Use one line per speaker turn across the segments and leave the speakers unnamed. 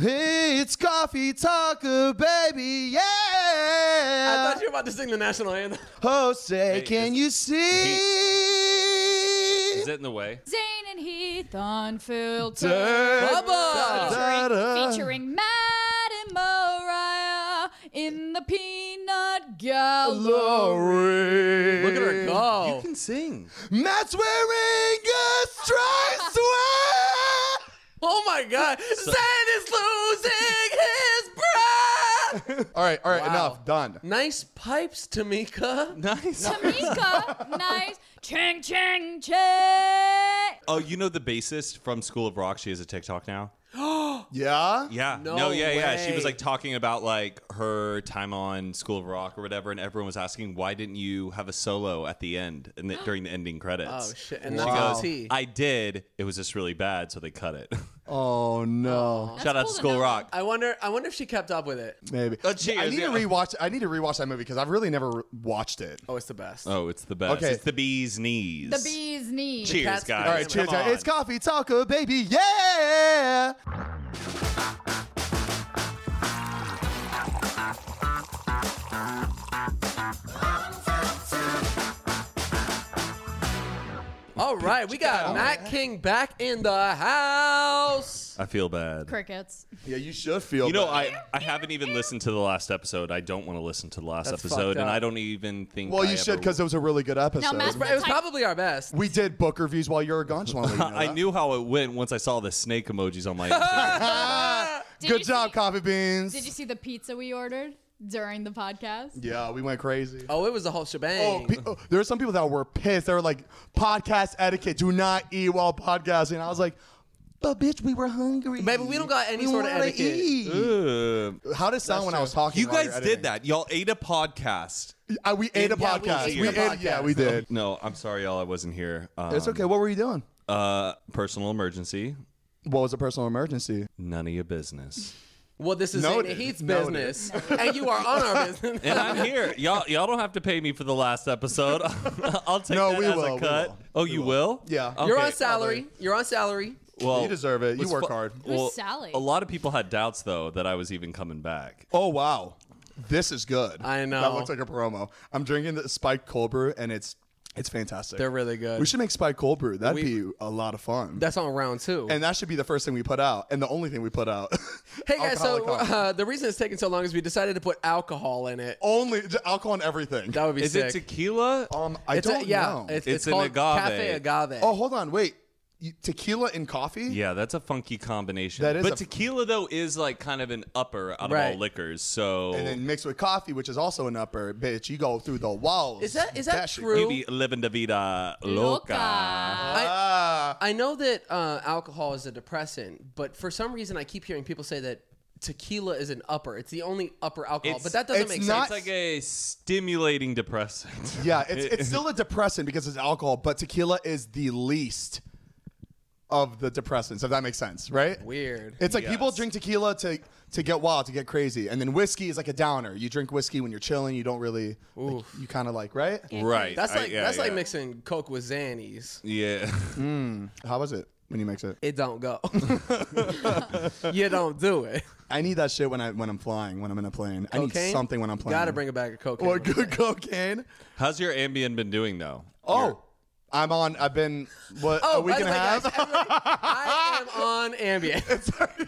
Hey, it's coffee talker, baby, yeah.
I thought you were about to sing the national anthem.
Jose,
Hey,
can
is-
you see?
Is it in the way?
Zane and Heath on Filter.
Dirt.
Bubba.
Da, da, da.
Featuring Matt and Mariah in the Peanut Gallery.
Glory.
Look at her go.
You can sing.
Matt's wearing a striped sweat.
Oh my God. Zane is losing his breath.
All right, all right,
Wow.
enough, done.
Nice pipes, Tamika.
Nice.
Tamika, nice. Ching, ching, ching.
Oh, you know the bassist from School of Rock? She has a TikTok now.
Yeah.
Yeah.
No
yeah, yeah. She
way.
was like talking about like her time on School of Rock or whatever, and everyone was asking why didn't you have a solo at the end and the, during the ending credits?
Oh shit. And
She
that's
Wow.
a T.
goes, I did. It was just really bad, so they cut it.
Oh no.
Shout out
cool
to
to
School of
know.
Rock.
I wonder. I wonder if she kept up with it.
Maybe.
Oh, cheers,
I need
yeah.
to rewatch. I need to rewatch that movie because I've really never re- watched it.
Oh, it's the best.
Oh, it's the best.
Okay.
It's the bee's knees.
The bee's knees.
Cheers,
Cat's-
guys.
All right, cheers.
Come
guys. It's
on.
coffee talker, baby, yeah.
All right, we
Oh.
got Matt King back in the house.
I feel bad.
Crickets.
Yeah, you should feel.
You know,
bad.
I, I haven't even listened to the last episode. I don't want to listen to the last
That's fucked
episode, and
up.
I don't even think.
Well,
I
you should
ever-
because it was a really good episode.
Matt's
Oh.
It was probably our best.
we did book reviews while you were gone. Just want to let you know
I
that.
knew how it went once I saw the snake emojis on my. Instagram.
Did
Good
you
job,
see-
coffee beans.
Did you see the pizza we ordered during the podcast?
yeah, we went crazy.
Oh, it was the whole
Oh,
shebang.
pe- oh, there were some people that were pissed. They were like, "Podcast etiquette: Do not eat while podcasting." I was like, "But bitch, we were hungry.
Baby, we don't got any
We
sort of
wanna
etiquette."
eat."
Ugh.
How did it sound when I was talking?
you
while
guys
were
did
editing?
that. Y'all ate a podcast.
I, Uh, we ate a
Yeah, we
podcast.
ate
We
a
ate. Yeah,
podcast.
we did.
No, I'm sorry, y'all. I wasn't here. Um,
It's okay. What were you doing?
Uh, personal emergency.
What was a personal emergency?
None of your business.
well, this is
Noted.
Zane Heath's
Noted.
business, and you are on our business.
And I'm here. Y'all, y'all don't have to pay me for the last episode. I'll take
No,
that
we
as
will,
a
we
cut.
will.
Oh, you will?
Yeah.
You're
Okay.
on salary. You're on salary.
Well,
You deserve it. You
what's
work
fu-
hard.
Who's Sally?
A lot of people had doubts though that I was even coming back.
Oh wow, this is good.
I
That
know.
looks like a promo. I'm drinking the spiked cold brew, and it's it's fantastic.
They're really good.
We should make spiked cold brew. That'd
We-
be a lot of fun.
That's on round two.
and that should be the first thing we put out, and the only thing we put out.
hey guys, so
Alcoholic coffee.
uh, the reason it's taking so long is we decided to put alcohol in it.
only j- alcohol and everything.
That would be
Is
sick.
it tequila?
um, I
It's a-
don't
yeah,
know.
It's, it's,
It's an
called
agave.
Cafe agave.
oh, hold on, wait. You- Tequila and coffee?
Yeah, that's a funky combination.
That is
but
a-
tequila though is like kind of an upper out of
Right.
all liquors. So
And then mixed with coffee, which is also an upper, bitch. You go through the walls.
Is that- is that
Dashing.
true?
you be living the vida loca.
Ah.
I know that uh, alcohol is a depressant, but for some reason I keep hearing people say that tequila is an upper. It's the only upper alcohol,
It's-
but that doesn't
it's
make
not-
It's like a stimulating depressant.
Yeah, it's, it's still a depressant because it's alcohol, but tequila is the least of the depressants, if that makes sense, right?
sense. Weird.
It's like people
Yes.
drink tequila to to get wild, to get crazy, and then whiskey is like a downer. You drink whiskey when you're chilling. You don't really, like, you kind of like, right?
right.
that's
I-
like
yeah,
that's like
yeah.
mixing Coke with Xannies.
Yeah.
How was it when you mix it?
It don't go. you don't do it.
I need that shit when I when I'm flying, when I'm in a plane. I need
Cocaine?
something when I'm playing.
Gotta bring a bag of cocaine.
or
with
good cocaine.
How's your Ambien been doing though?
Oh, I'm on. I've been what
Oh,
a week
by the
and a
way,
half.
guys, everybody, I am on Ambien.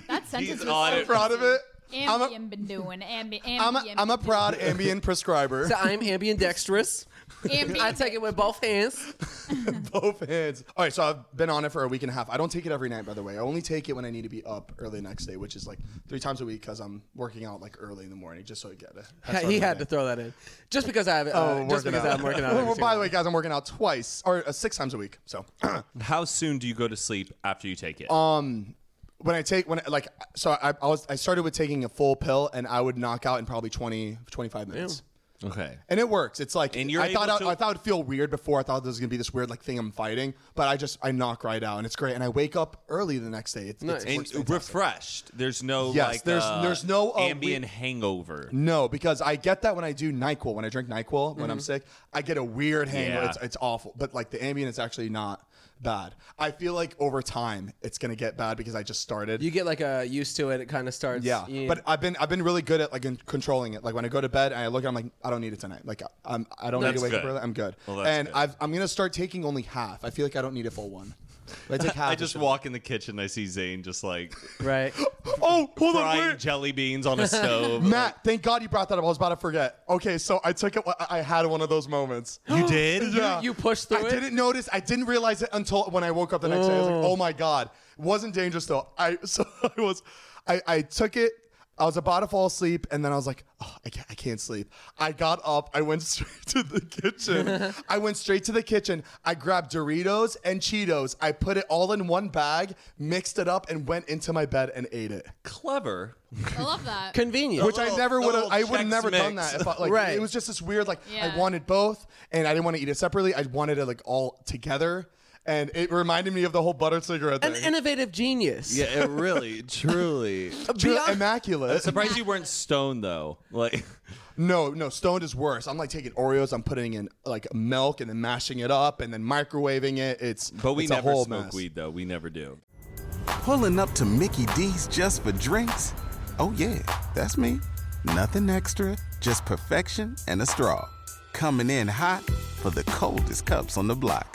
That sentence
He's
was
on
so
it.
proud of it.
Ambien
I'm a-
been doing. Ambi, Ambien.
I'm
E
a, I'm a
been
proud Ambien prescriber.
So I'm Ambien dextrous.
doing. Ambien
I take it with both hands.
Both hands. All right, so I've been on it for a week and a half. I don't take it every night, by the way. I only take it when I need to be up early next day, which is like three times a week because I'm working out like early in the morning, just so I get it. That's
he
what I'm
had to
doing.
throw that in, just because I have. Uh,
Oh,
just
working
because
out.
I'm working out. every
well, by the
single
way, guys, I'm working out twice or uh, six times a week. So
How soon do you go to sleep after you take it?
um, when I take when I- like so I, I was I started with taking a full pill and I would knock out in probably 20 25 minutes.
Okay.
And it works. It's like
And you're
I thought
able
I,
to-
I thought it'd feel weird before. I thought there was gonna be this weird like thing I'm fighting, but I just I knock right out and it's great. And I wake up early the next day. It's, it's-
Nice.
it works
And
fantastic.
refreshed. There's no
Yes,
like
there's-
uh,
there's no, uh,
ambient
we-
hangover.
no, because I get that when I do Nyquil. When I drink Nyquil when I'm sick, I get a weird hangover.
Mm-hmm. Yeah.
It's, it's awful. But like the Ambien is actually not bad. I feel like over time it's gonna get bad because I just started.
You get like a used to it. It kind of starts.
Yeah,
you-
but I've been I've been really good at like in controlling it. Like when I go to bed and I look, I'm like, I don't need it tonight. Like I'm I don't need
That's
to wake up
good.
early. I'm good.
Well, that's
and
good.
I've, I'm gonna start taking only half. I feel like I don't need a full one. If I take half.
I
it
just
should-
walk in the kitchen. I see Zane just like
right.
Oh, hold on,
frying
wait.
jelly beans on a stove.
Matt, thank God you brought that up. I was about to forget. Okay, so I took it. I I had one of those moments.
you did?
Yeah.
you pushed through
I
it?
didn't notice. I didn't realize it until when I woke up the next day. I was like, oh my God. It wasn't dangerous though. I so I was I, I took it. I was about to fall asleep, and then I was like, oh, I, can't, I can't sleep. I got up. I went straight to the kitchen. I went straight to the kitchen. I grabbed Doritos and Cheetos. I put it all in one bag, mixed it up, and went into my bed and ate it.
Clever.
I love that.
Convenient.
Which I
little-
never
the
would have.
little
I would have
Chex
never done
mix.
that. If I, like,
Right.
It was just this weird. Like
Yeah.
I wanted both, and I didn't want to eat it separately. I wanted it like all together, and it reminded me of the whole butter cigarette
An
thing.
innovative genius.
Yeah, it really, truly.
True-
beyond-
immaculate.
Surprised you weren't stoned though. Like
no, no, stoned is worse. I'm like taking Oreos. I'm putting in like milk and then mashing it up and then microwaving it. It's
But we
it's a
never
whole
smoke
mess.
weed, though. We never do.
Pulling up to Mickey D's just for drinks? Oh, yeah, that's me. Nothing extra, just perfection and a straw. Coming in hot for the coldest cups on the block.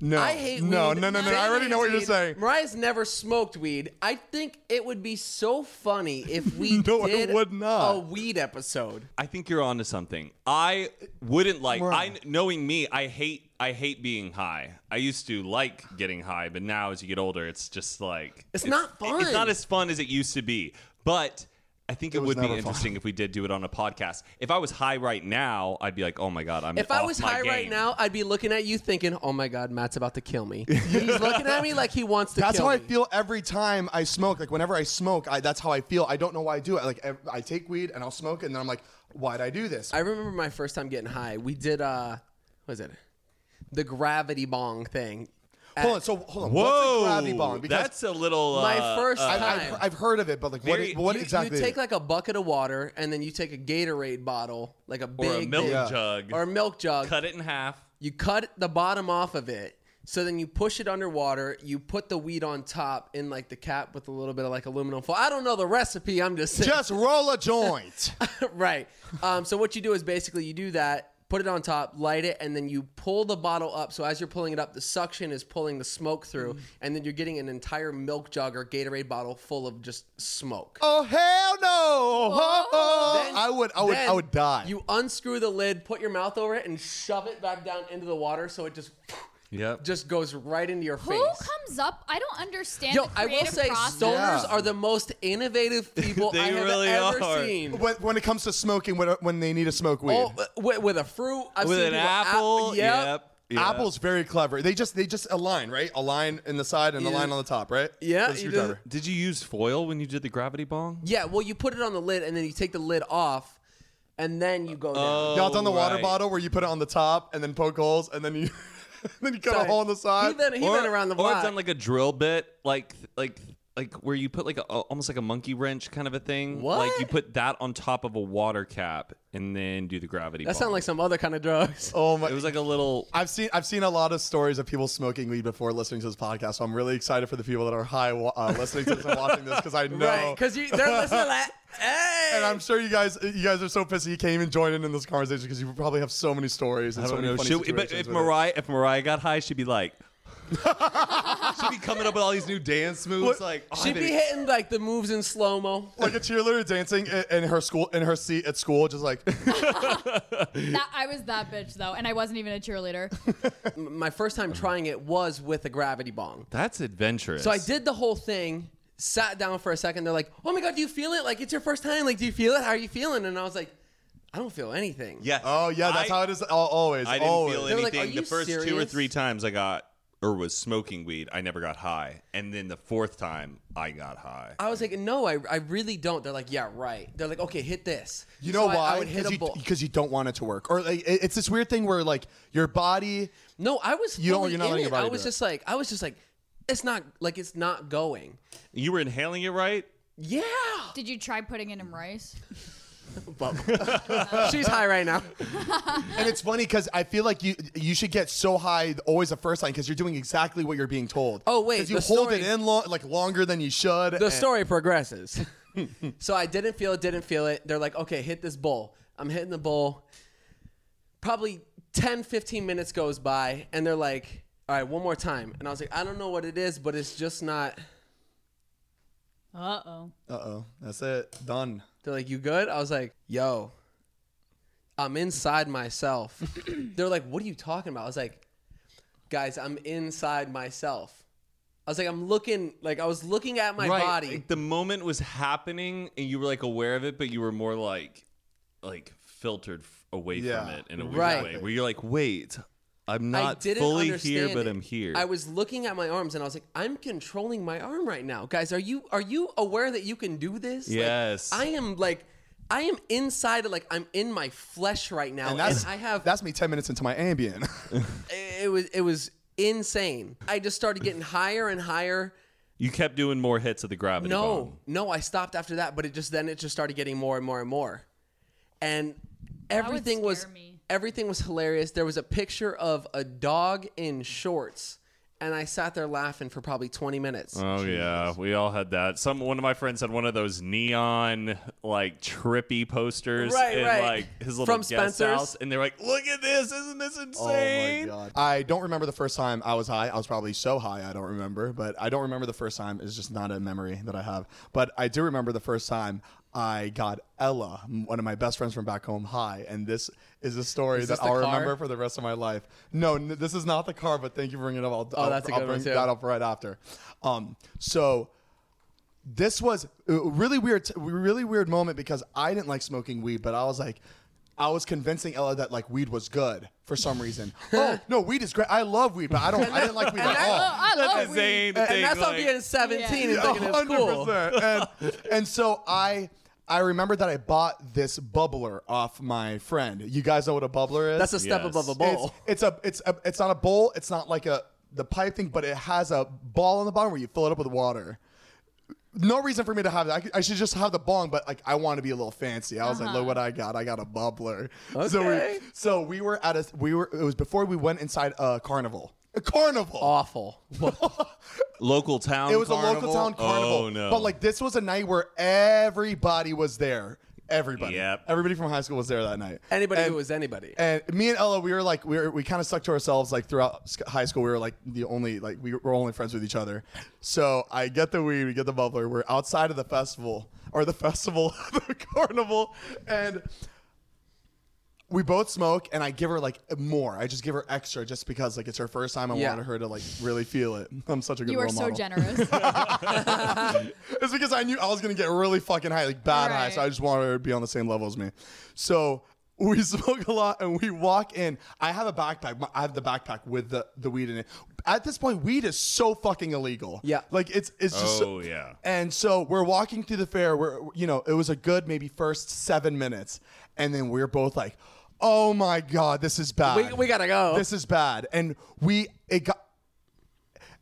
No.
I hate
no,
weed.
no, no, no,
Zane
I already know what
hates
you're
weed.
saying.
Mariah's never smoked weed. I think it would be so funny if we
No, it
did
would not.
a weed episode.
I think you're onto something. I wouldn't like. I knowing me, I hate. I hate being high. I used to like getting high, but now as you get older, it's just like
It's not
it- It's
fun.
not as fun as it used to be. But I think it,
was
would be
never fun.
interesting if we did do it on a podcast. If I was high right now, I'd be like, oh my god, I'm.
If I
off
was
my
high right
game.
now, I'd be looking at you thinking, "Oh my God, Matt's about to kill me." He's looking at me like he wants to.
That's
kill
how
me.
I feel every time I smoke. Like whenever I smoke, I, that's how I feel. I don't know why I do it. Like ev- I take weed and I'll smoke it, and then I'm like, why'd I do this?
I remember my first time getting high. We did uh, what was it the gravity bong thing?
hold on. So hold on.
Whoa,
What's a gravity bomb?
that's a little.
My
uh,
first
uh,
time.
I've, I've heard of it, but like, what,
Very-
what
You-
exactly?
You take like a bucket of water and then you take a Gatorade bottle, like a big
or a milk
Yeah.
jug.
or a milk jug.
cut it in half.
You cut the bottom off of it. So then you push it underwater. You put the weed on top in like the cap with a little bit of like aluminum foil. I don't know the recipe. I'm just saying.
just roll a joint.
right. Um, so what you do is basically you do that, put it on top, light it, and then you pull the bottle up. So as you're pulling it up, the suction is pulling the smoke through,
Mm-hmm.
and then you're getting an entire milk jug or Gatorade bottle full of just smoke.
oh hell no! Oh, oh.
Then-
I would, I would, I
then
would die.
You unscrew the lid, put your mouth over it, and shove it back down into the water, so it just
Yep.
just goes right into your
Who
face.
comes up? I don't understand.
Yo,
the
I will
creative
say,
process.
stoners
Yeah.
are the most innovative people
They
I have
really
ever
are.
seen.
when, when it comes to smoking, when, when they need to smoke weed,
Oh, with, with a fruit, I've
With
seen
an
people- ap-
apple.
yep.
yep.
Apple's very clever. They just, they just align, right? A line in the side and a line on the top, right?
Yeah,
With a
you just-
screwdriver.
Did you use foil when you did the gravity bong?
Yeah, well, you put it on the lid and then you take the lid off, and then you go down.
Y'all done the water
Oh, right.
bottle where you put it on the top and then poke holes and then you, then you cut
Sorry.
a hole in the
He
side.
been, he been around the
or
block.
done like a drill bit, like like like where you put like a, almost like a monkey wrench kind of a thing.
What?
Like you put that on top of a water cap and then do the gravity.
That sounds
bomb.
like some other kind of drugs.
Oh my!
it was like a little.
I've seen I've seen a lot of stories of people smoking weed before listening to this podcast. So I'm really excited for the people that are high wa- uh, listening to this and watching this because I know.
Right, because they're listening to that. Hey!
and I'm sure you guys you guys are so pissed that you can't even join in in this conversation because you probably have so many stories and
I
so
don't
many
know.
funny
Should, but
situations.
if
with it.
Mariah, if Mariah got high, she'd be like, she'd be coming up with all these new dance moves. Like oh,
She'd
I've
be
been-
hitting like the moves in slow mo.
like a cheerleader dancing in, in her school in her seat at school, just like
That I was that bitch though, and I wasn't even a cheerleader.
My first time trying it was with a gravity bong.
That's adventurous.
So I did the whole thing, sat down for a second. They're like, "Oh my god, do you feel it? Like it's your first time. Like, do you feel it? How are you feeling?" And I was like, "I don't feel anything."
Yes.
oh yeah, that's
I-
how it is al- always.
I didn't
always.
feel
They were like,
anything.
"Are
the
you
first two or
serious?"
three times I got or was smoking weed, I never got high. And then the fourth time, I got high.
I was like, "No, I, I really don't." They're like, "Yeah, right." They're like, "Okay, hit this."
You know
So I-
why?
I, would hit a ball.
because you, don't want it to work, or like it- it's this weird thing where like your body.
No, I was.
You don't-
fully
you're not
in
letting
it.
your body
I
do
was
it.
just like, I was just like, it's not like it's not going.
you were inhaling it right?
Yeah,
Did you try putting it in rice?
she's high right now.
And it's funny because I feel like you you should get so high always the first time because you're doing exactly what you're being told.
Oh, wait,
'Cause you
the
hold it
story-
in lo- like longer than you should.
The story progresses. so I didn't feel it, didn't feel it. They're like, okay, hit this bowl. I'm hitting the bowl. Probably 10, 15 minutes goes by, and they're like, all right, one more time. And I was like, I don't know what it is, but it's just not.
Uh oh.
Uh oh, that's it. Done.
They're like, you good? I was like, yo, I'm inside myself. They're like, what are you talking about? I was like, guys, I'm inside myself. I was like, I'm looking, like, I was looking at my
right.
body.
Like, the moment was happening and you were like aware of it, but you were more like like filtered f- away
Yeah.
from it in a weird
Right.
way. Where you're like, wait, I'm
I
not
didn't
fully
understand
here, but
it.
I'm here.
I was looking at my arms and I was like, I'm controlling my arm right now. Guys, are you are you aware that you can do this? Like,
Yes.
I am like I am inside like I'm in my flesh right now.
And
And,
that's
I have
that's me ten minutes into my Ambien.
it was it was insane. I just started getting higher and higher.
you kept doing more hits of the gravity
No,
bomb.
no, I stopped after that, but it just then it just started getting more and more and more. And
would
everything was
scare me.
everything was hilarious. There was a picture of a dog in shorts. And I sat there laughing for probably 20 minutes.
Uh,
Oh yeah, we all had that. Some one of my friends had one of those neon like trippy posters
Right,
in
right.
like his little
From
guest
Spencer's.
house, and they're like, "Look at this! Isn't this insane?"
Oh I don't remember the first time I was high. I was probably so high I don't remember, but I don't remember the first time. It's just not a memory that I have. But I do remember the first time I got Ella, m- one of my best friends from back home, high. And this is a story
this
that I'll
the car?
remember for the rest of my life. No, n- this is not the car, but thank you for bringing it up. I'll, I'll,
Oh, that's a
I'll
good one,
bring
too.
that up right after. Um, so this was a really weird, really weird moment because I didn't like smoking weed, but I was like, I was convincing Ella that like weed was good for some reason. oh no, weed is great. I love weed, but I don't. I didn't like weed at
I-
all.
I
That's
love
the
weed.
same
and,
thing.
that's
like,
not being 17
Yeah.
and thinking it's cool.
100%. And, and so I I remember that I bought this bubbler off my friend. You guys know what a bubbler is?
That's a step
Yes.
above a
it's,
bowl.
it's a it's a it's not a bowl. It's not like a the pipe thing, but it has a ball on the bottom where you fill it up with water. No reason for me to have that. I, could- I should just have the bong, but like I want to be a little fancy. I was like, look what I got. I got a bubbler. So
Okay.
we so we were at a we were it was before we went inside a carnival. A carnival.
Awful.
local town.
It was a
carnival?
local town carnival.
Oh no!
But like this was a night where everybody was there. Everybody.
Yep.
Everybody from high school was there that night.
Anybody
and,
who was anybody.
And me and Ella, we were like, we were, we kind of stuck to ourselves. Like throughout sc- high school, we were like the only like we were only friends with each other. So I get the weed, we get the bubbler. We're outside of the festival or the festival, the carnival, and we both smoke. And I give her like more. I just give her extra just because like it's her first time. I
Yeah.
wanted her to like really feel it. I'm such a good
You are
role
so
model.
generous.
It's because I knew I was gonna get really fucking high, like bad high.
Right.
So I just wanted her to be on the same level as me. So we smoke a lot and we walk in. I have a backpack. My- I have the backpack with the, the weed in it. At this point, weed is so fucking illegal.
Yeah.
Like it's it's just so-
Oh, yeah.
And so we're walking through the fair. We're you know, it was a good maybe first seven minutes. And then we're both like, Oh my god, this is bad.
We- we gotta go.
This is bad. And we it got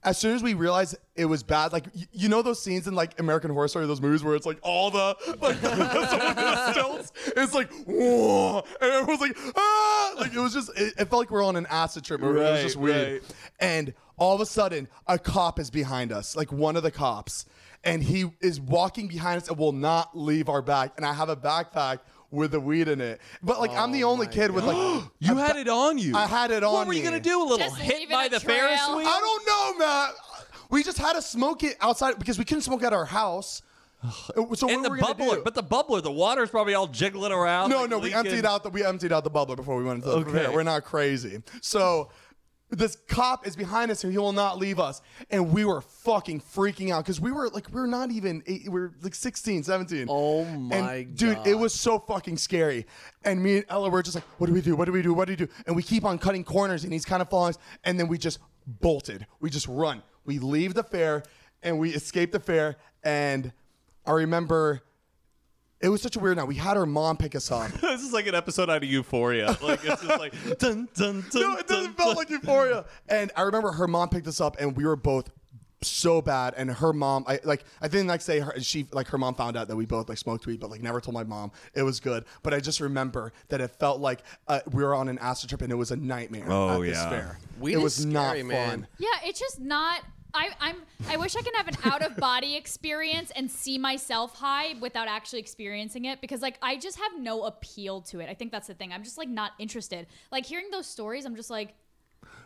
as soon as we realized it was bad, like y- you know those scenes in like American Horror Story, those movies where it's like all the like someone in the stilts, it's like whoa, and everyone's like ah, like it was just it, it felt like we were on an acid trip. Right, it was
Right,
just weird.
right.
And all of a sudden, a cop is behind us, like one of the cops, and he is walking behind us and will not leave our back. And I have a backpack with the weed in it, but like I'm the only kid with like
Oh You had it on you.
I had it
What
on
were you
me.
gonna do? A little
Just leave
hit
it
by
a
the
trail.
Ferris wheel?
I don't know, Matt. We just had to smoke it outside because we couldn't smoke at our house. So what
and the
were we gonna
bubbler,
do?
but the bubbler, the water's probably all jiggling around.
no,
like,
no, we
leaking.
emptied out the we emptied out the bubbler before we went into the
Okay.
premiere. We're not crazy. So this cop is behind us and he will not leave us. And we were fucking freaking out because we were like, we are not even, eight, we are like 16, 17.
Oh
And,
my
Dude, it was so fucking scary. And me and Ella were just like, what do we do? What do we do? What do we do? And we keep on cutting corners and he's kind of following us. And then we just bolted. We just run. We leave the fair and we escape the fair. And I remember it was such a weird night. We had our mom pick us up.
This is like an episode out of Euphoria. Like it's just like dun dun dun.
no, it
dun,
doesn't feel
dun.
like euphoria. And I remember her mom picked us up, and we were both so bad. And her mom, I like, I think the next day, her, she like her mom found out that we both like smoked weed, but like never told my mom. It was good, but I just remember that it felt like uh, we were on an acid trip, and it was a nightmare.
Oh,
at this
yeah.
fair.
Weed
it
is
was not
scary, man.
fun.
Yeah, it's just not. I, I'm. I wish I could have an out of body experience and see myself high without actually experiencing it because, like, I just have no appeal to it. I think that's the thing. I'm just like not interested. Like hearing those stories, I'm just like,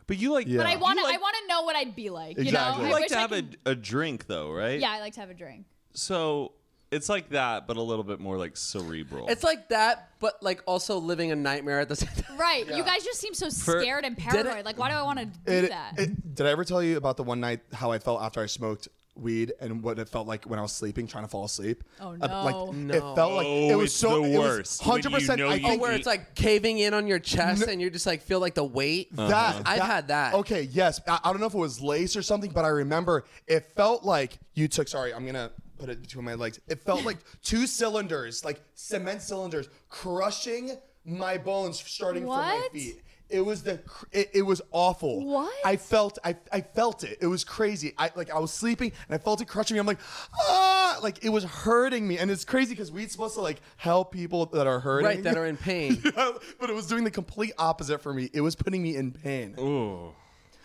But you like.
but I
Yeah.
want to.
You like-
I want to know what I'd be like.
Exactly.
You know,
You
I
like
wish
to
I
have
could-
a, a drink though, right?
Yeah, I like to have a drink.
So it's like that, but a little bit more like cerebral.
It's like that, but like also living a nightmare at the same time.
Right. You guys just seem so scared and
it-
paranoid. Like, why do I want to do
It-
that?
it- did I ever tell you about the one night how I felt after I smoked weed and what it felt like when I was sleeping, trying to fall asleep?
Oh,
Uh,
no.
like it felt like it
Oh,
was
it's
so
the
it was
worst when you
100%.
know
I
you
think
Oh, where it's like caving in on your chest and you just like feel like the weight.
That
I've had that.
Okay, yes. I, I don't know if it was lace or something, but I remember it felt like you took. Sorry, I'm gonna put it between my legs. It felt like two cylinders, like cement cylinders, crushing my bones, starting from my
What?
feet. It was the. cr- It, it was awful.
What?
I felt. I, I felt it. It was crazy. I like. I was sleeping and I felt it crushing me. I'm like, ah, like it was hurting me, and it's crazy because we're supposed to like help people that are hurting.
Right, that are in pain.
but it was doing the complete opposite for me. It was putting me in pain. Ooh.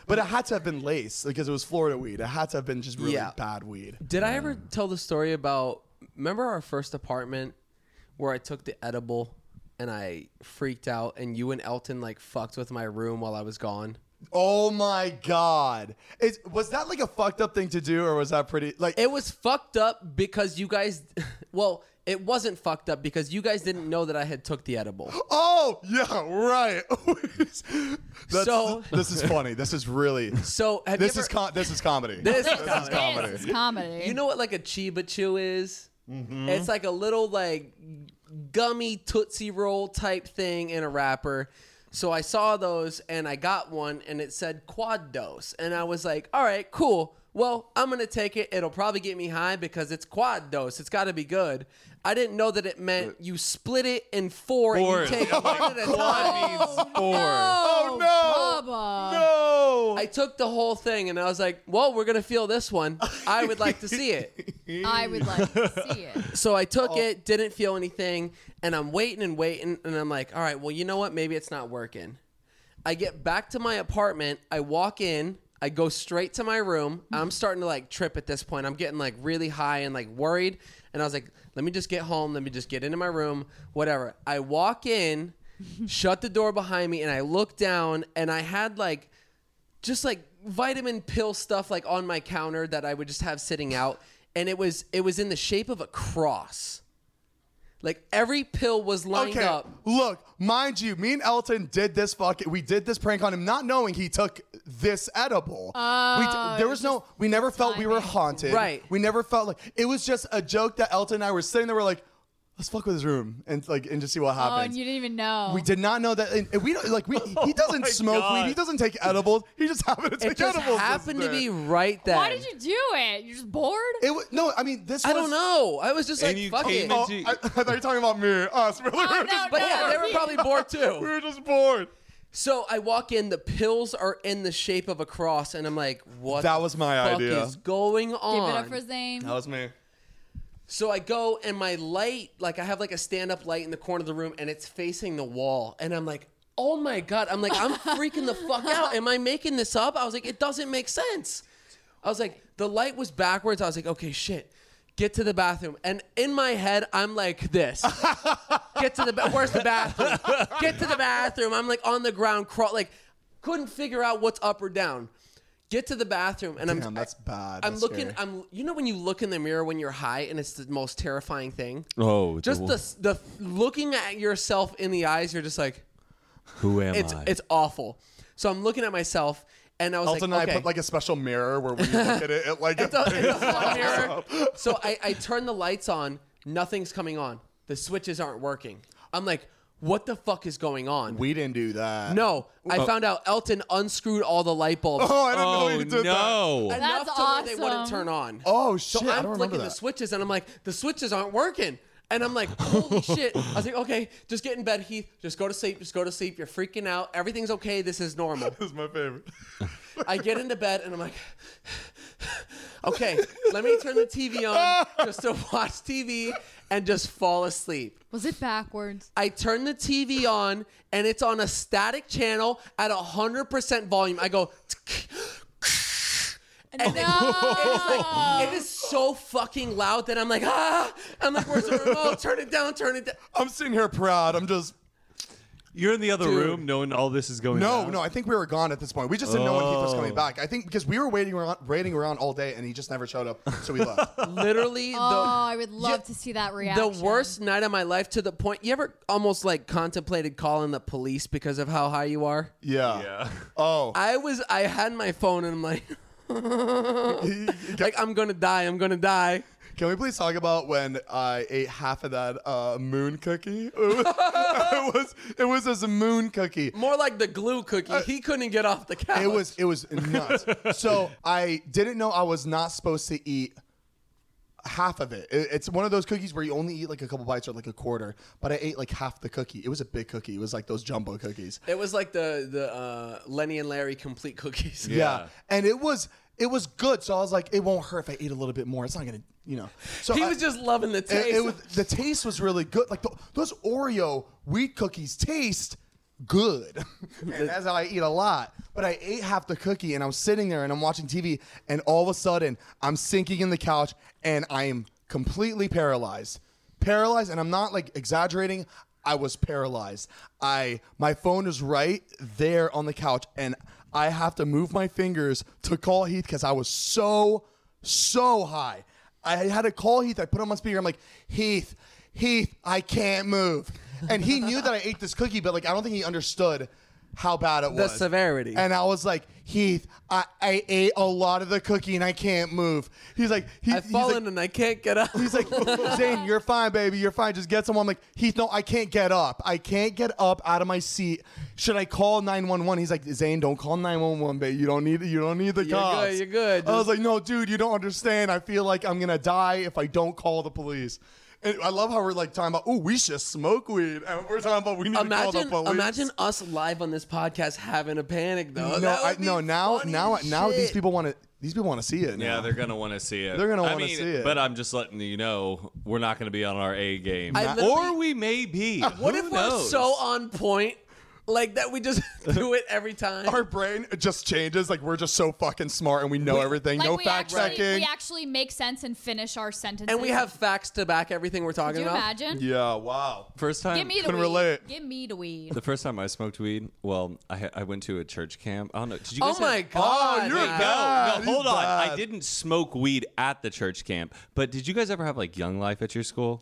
But it had to have been lace because it was Florida weed. It had to have been just really
Yeah.
bad weed.
Did I ever tell the story about remember our first apartment where I took the edible and I freaked out and you and Elton like fucked with my room while I was gone?
Oh my god! It's, was that like a fucked up thing to do, or was that pretty like?
It was fucked up because you guys well, it wasn't fucked up because you guys didn't know that I had took the edible.
oh yeah, right. That's-
So-
this is funny. This is really.
So have
this
you
is
ever-
com- this is comedy.
This is
This
comedy.
comedy.
It's comedy.
You know what like a Chiba Chew is?
Mm-hmm.
It's like a little like gummy Tootsie Roll type thing in a wrapper. So I saw those and I got one and it said quad dose. And I was like, all right, cool. Well, I'm going to take it. It'll probably get me high because it's quad dose. It's got to be good. I didn't know that it meant you split it in four,
Four.
and you take one at a time.
four.
oh no!
Bubba.
No!
I took the whole thing and I was like, well, we're going to feel this one. I would like to see it.
I would like to see it. Oh,
So I took it, didn't feel anything, and I'm waiting and waiting, and I'm like, all right, well, you know what? Maybe it's not working. I get back to my apartment, I walk in, I go straight to my room. I'm starting to like trip at this point. I'm getting like really high and like worried. And I was like, let me just get home, let me just get into my room, whatever. I walk in, shut the door behind me, and I look down, and I had like just like vitamin pill stuff like on my counter that I would just have sitting out and it was it was in the shape of a cross. Like every pill was lined
Okay.
up.
Look, mind you, me and Elton did this fucking. We did this prank on him, not knowing he took this edible. we
Oh,
d- there was no. We never felt we were haunted.
Right.
We never felt like it was just a joke that Elton and I were sitting there. We're like, let's fuck with his room and like and just see what
Oh,
happens.
and you didn't even know.
we did not know that. And and we don't like. We, he doesn't
my
smoke
God.
weed. He doesn't take edibles. He just happened to take
Oh It just
edibles. this
happened to
day.
be right there.
Why did you do it? You're just bored.
It was no. I mean, this.
I
was-
don't know. I was just
And
like
you
fuck
came
it.
Oh,
in-
I, I thought you were talking about me. Us. We were
Oh,
just
no,
but
no,
yeah, they were
he-
probably bored
We
too.
were just bored.
So I walk in, the pills are in the shape of a cross, and I'm like, what
That
the
was my
fuck
idea.
is going
Give
on?
it up for Zane.
was me.
So I go and my light, like I have like a stand up light in the corner of the room and it's facing the wall. And I'm like, oh my God. I'm like, I'm freaking the fuck out. Am I making this up? I was like, it doesn't make sense. I was like, the light was backwards. I was like, okay, shit. Get to the bathroom. And in my head, I'm like this. Get to the ba- where's the bathroom? Get to the bathroom. I'm like on the ground, crawl like couldn't figure out what's up or down. Get to the bathroom and I'm
Damn, that's bad.
I'm
That's
looking.
scary.
I'm. You know when you look in the mirror when you're high, and it's the most terrifying thing.
Oh,
Just the s- the looking at yourself in the eyes. You're just like,
who am
it's it's awful. So I'm looking at myself, and I was
Elton
like,
and I
okay.
put like a special mirror where when you look at it, it like
It's a- it's a full mirror. So I, I turn the lights on. Nothing's coming on. The switches aren't working. I'm like, what the fuck is going on?
we didn't do that.
no, I found out Elton unscrewed all the light bulbs.
Oh, I didn't know
oh
you did that.
no!
Enough
That's
to where they wouldn't
awesome.
turn on.
Oh
So
shit! I
I'm
don't remember
flicking
that.
the switches and I'm like, the switches aren't working. And I'm like, holy shit. I was like, okay, just get in bed, Heath. Just go to sleep. Just go to sleep. You're freaking out. Everything's okay. This is normal.
This is my favorite.
I get into bed and I'm like, okay, let me turn the TV on just to watch TV and just fall asleep.
Was it backwards?
I turn the TV on and it's on a static channel at 100% volume. I go, and it-
No.
it is so fucking loud that I'm like, ah! I'm like, where's the remote? Turn it down, turn it down.
I'm sitting here proud. I'm just
You're in the other room, knowing all this is going
no,
on.
no. I think we were gone at this point. We just didn't know when Heath was coming back. I think because we were waiting around, waiting around all day, and he just never showed up, so we left.
Literally, the,
oh, I would love
Yeah.
to see that
the
reaction.
worst night of my life to the point you ever almost like contemplated calling the police because of how high you are?
yeah.
Yeah.
Oh,
I was, I had my phone and I'm like, like, I'm gonna die, I'm gonna die.
Can we please talk about when I ate half of that uh, moon cookie? It was, it was it was this moon cookie.
More like the glue cookie. he couldn't get off the couch.
Uh, It was it was nuts. so I didn't know I was not supposed to eat half of it. It- It's one of those cookies where you only eat like a couple bites or like a quarter, but I ate like half the cookie. It was a big cookie. It was like those jumbo cookies.
It was like the the uh, Lenny and Larry complete cookies.
Yeah. And it was it was good. So I was like, it won't hurt if I eat a little bit more. It's not gonna, you know. So
He
I-
was just loving the taste.
It, it was the taste was really good. Like the, those Oreo wheat cookies taste good. and that's how I eat a lot. But I ate half the cookie and I'm sitting there and I'm watching TV and all of a sudden I'm sinking in the couch and I am completely paralyzed. Paralyzed and I'm not like exaggerating. I was paralyzed. I my phone is right there on the couch and I have to move my fingers to call Heath cuz I was so so high. I had to call Heath. I put him on speaker. I'm like, Heath, Heath, I can't move. And he knew that I ate this cookie, but like I don't think he understood how bad it
The
was.
severity.
And I was like, Heath, I, I ate a lot of the cookie and I can't move. He's like, he,
I've
he's like-
fallen and I can't get up.
He's like, Zane, you're fine, baby. You're fine. Just get someone. I'm like, Heath, no, I can't get up. I can't get up out of my seat. Should I call 911? He's like, Zane, don't call 911, babe. You don't need you don't need the
You're
cops.
good, you're good.
I was like, no, dude, you don't understand. I feel like I'm gonna die if I don't call the police. And I love how we're like talking about, oh, we should smoke weed. And we're talking about we need to
imagine,
call the police.
imagine us live on this podcast having a panic though.
no,
That would
I,
be
no, now
funny
now
as
now these
shit.
people want to these people want to see it. Now.
Yeah, they're gonna want to see it.
They're gonna
I
wanna
mean,
see it.
But I'm just letting you know we're not gonna be on our A game,
I literally-
or we may be.
What
Who
if we're
knows?
so on point, like that we just do it every time?
Our brain just changes. Like we're just so fucking smart and we know everything.
Like
no
we
fact
actually,
checking.
We actually make sense and finish our sentences.
and we have facts to back everything we're
Could
talking
you
about.
imagine?
Yeah, wow.
First time,
Give me the
Couldn't
weed.
relate.
Give me the weed.
the first time I smoked weed. Well, I ha- I went to a church camp. I don't know. Did you?
Oh
Guys have-
my god!
you're
man.
a bad-
No,
He's
no, hold on. I
bad.
didn't smoke weed at the church camp, but did you guys ever have like Young Life at your school?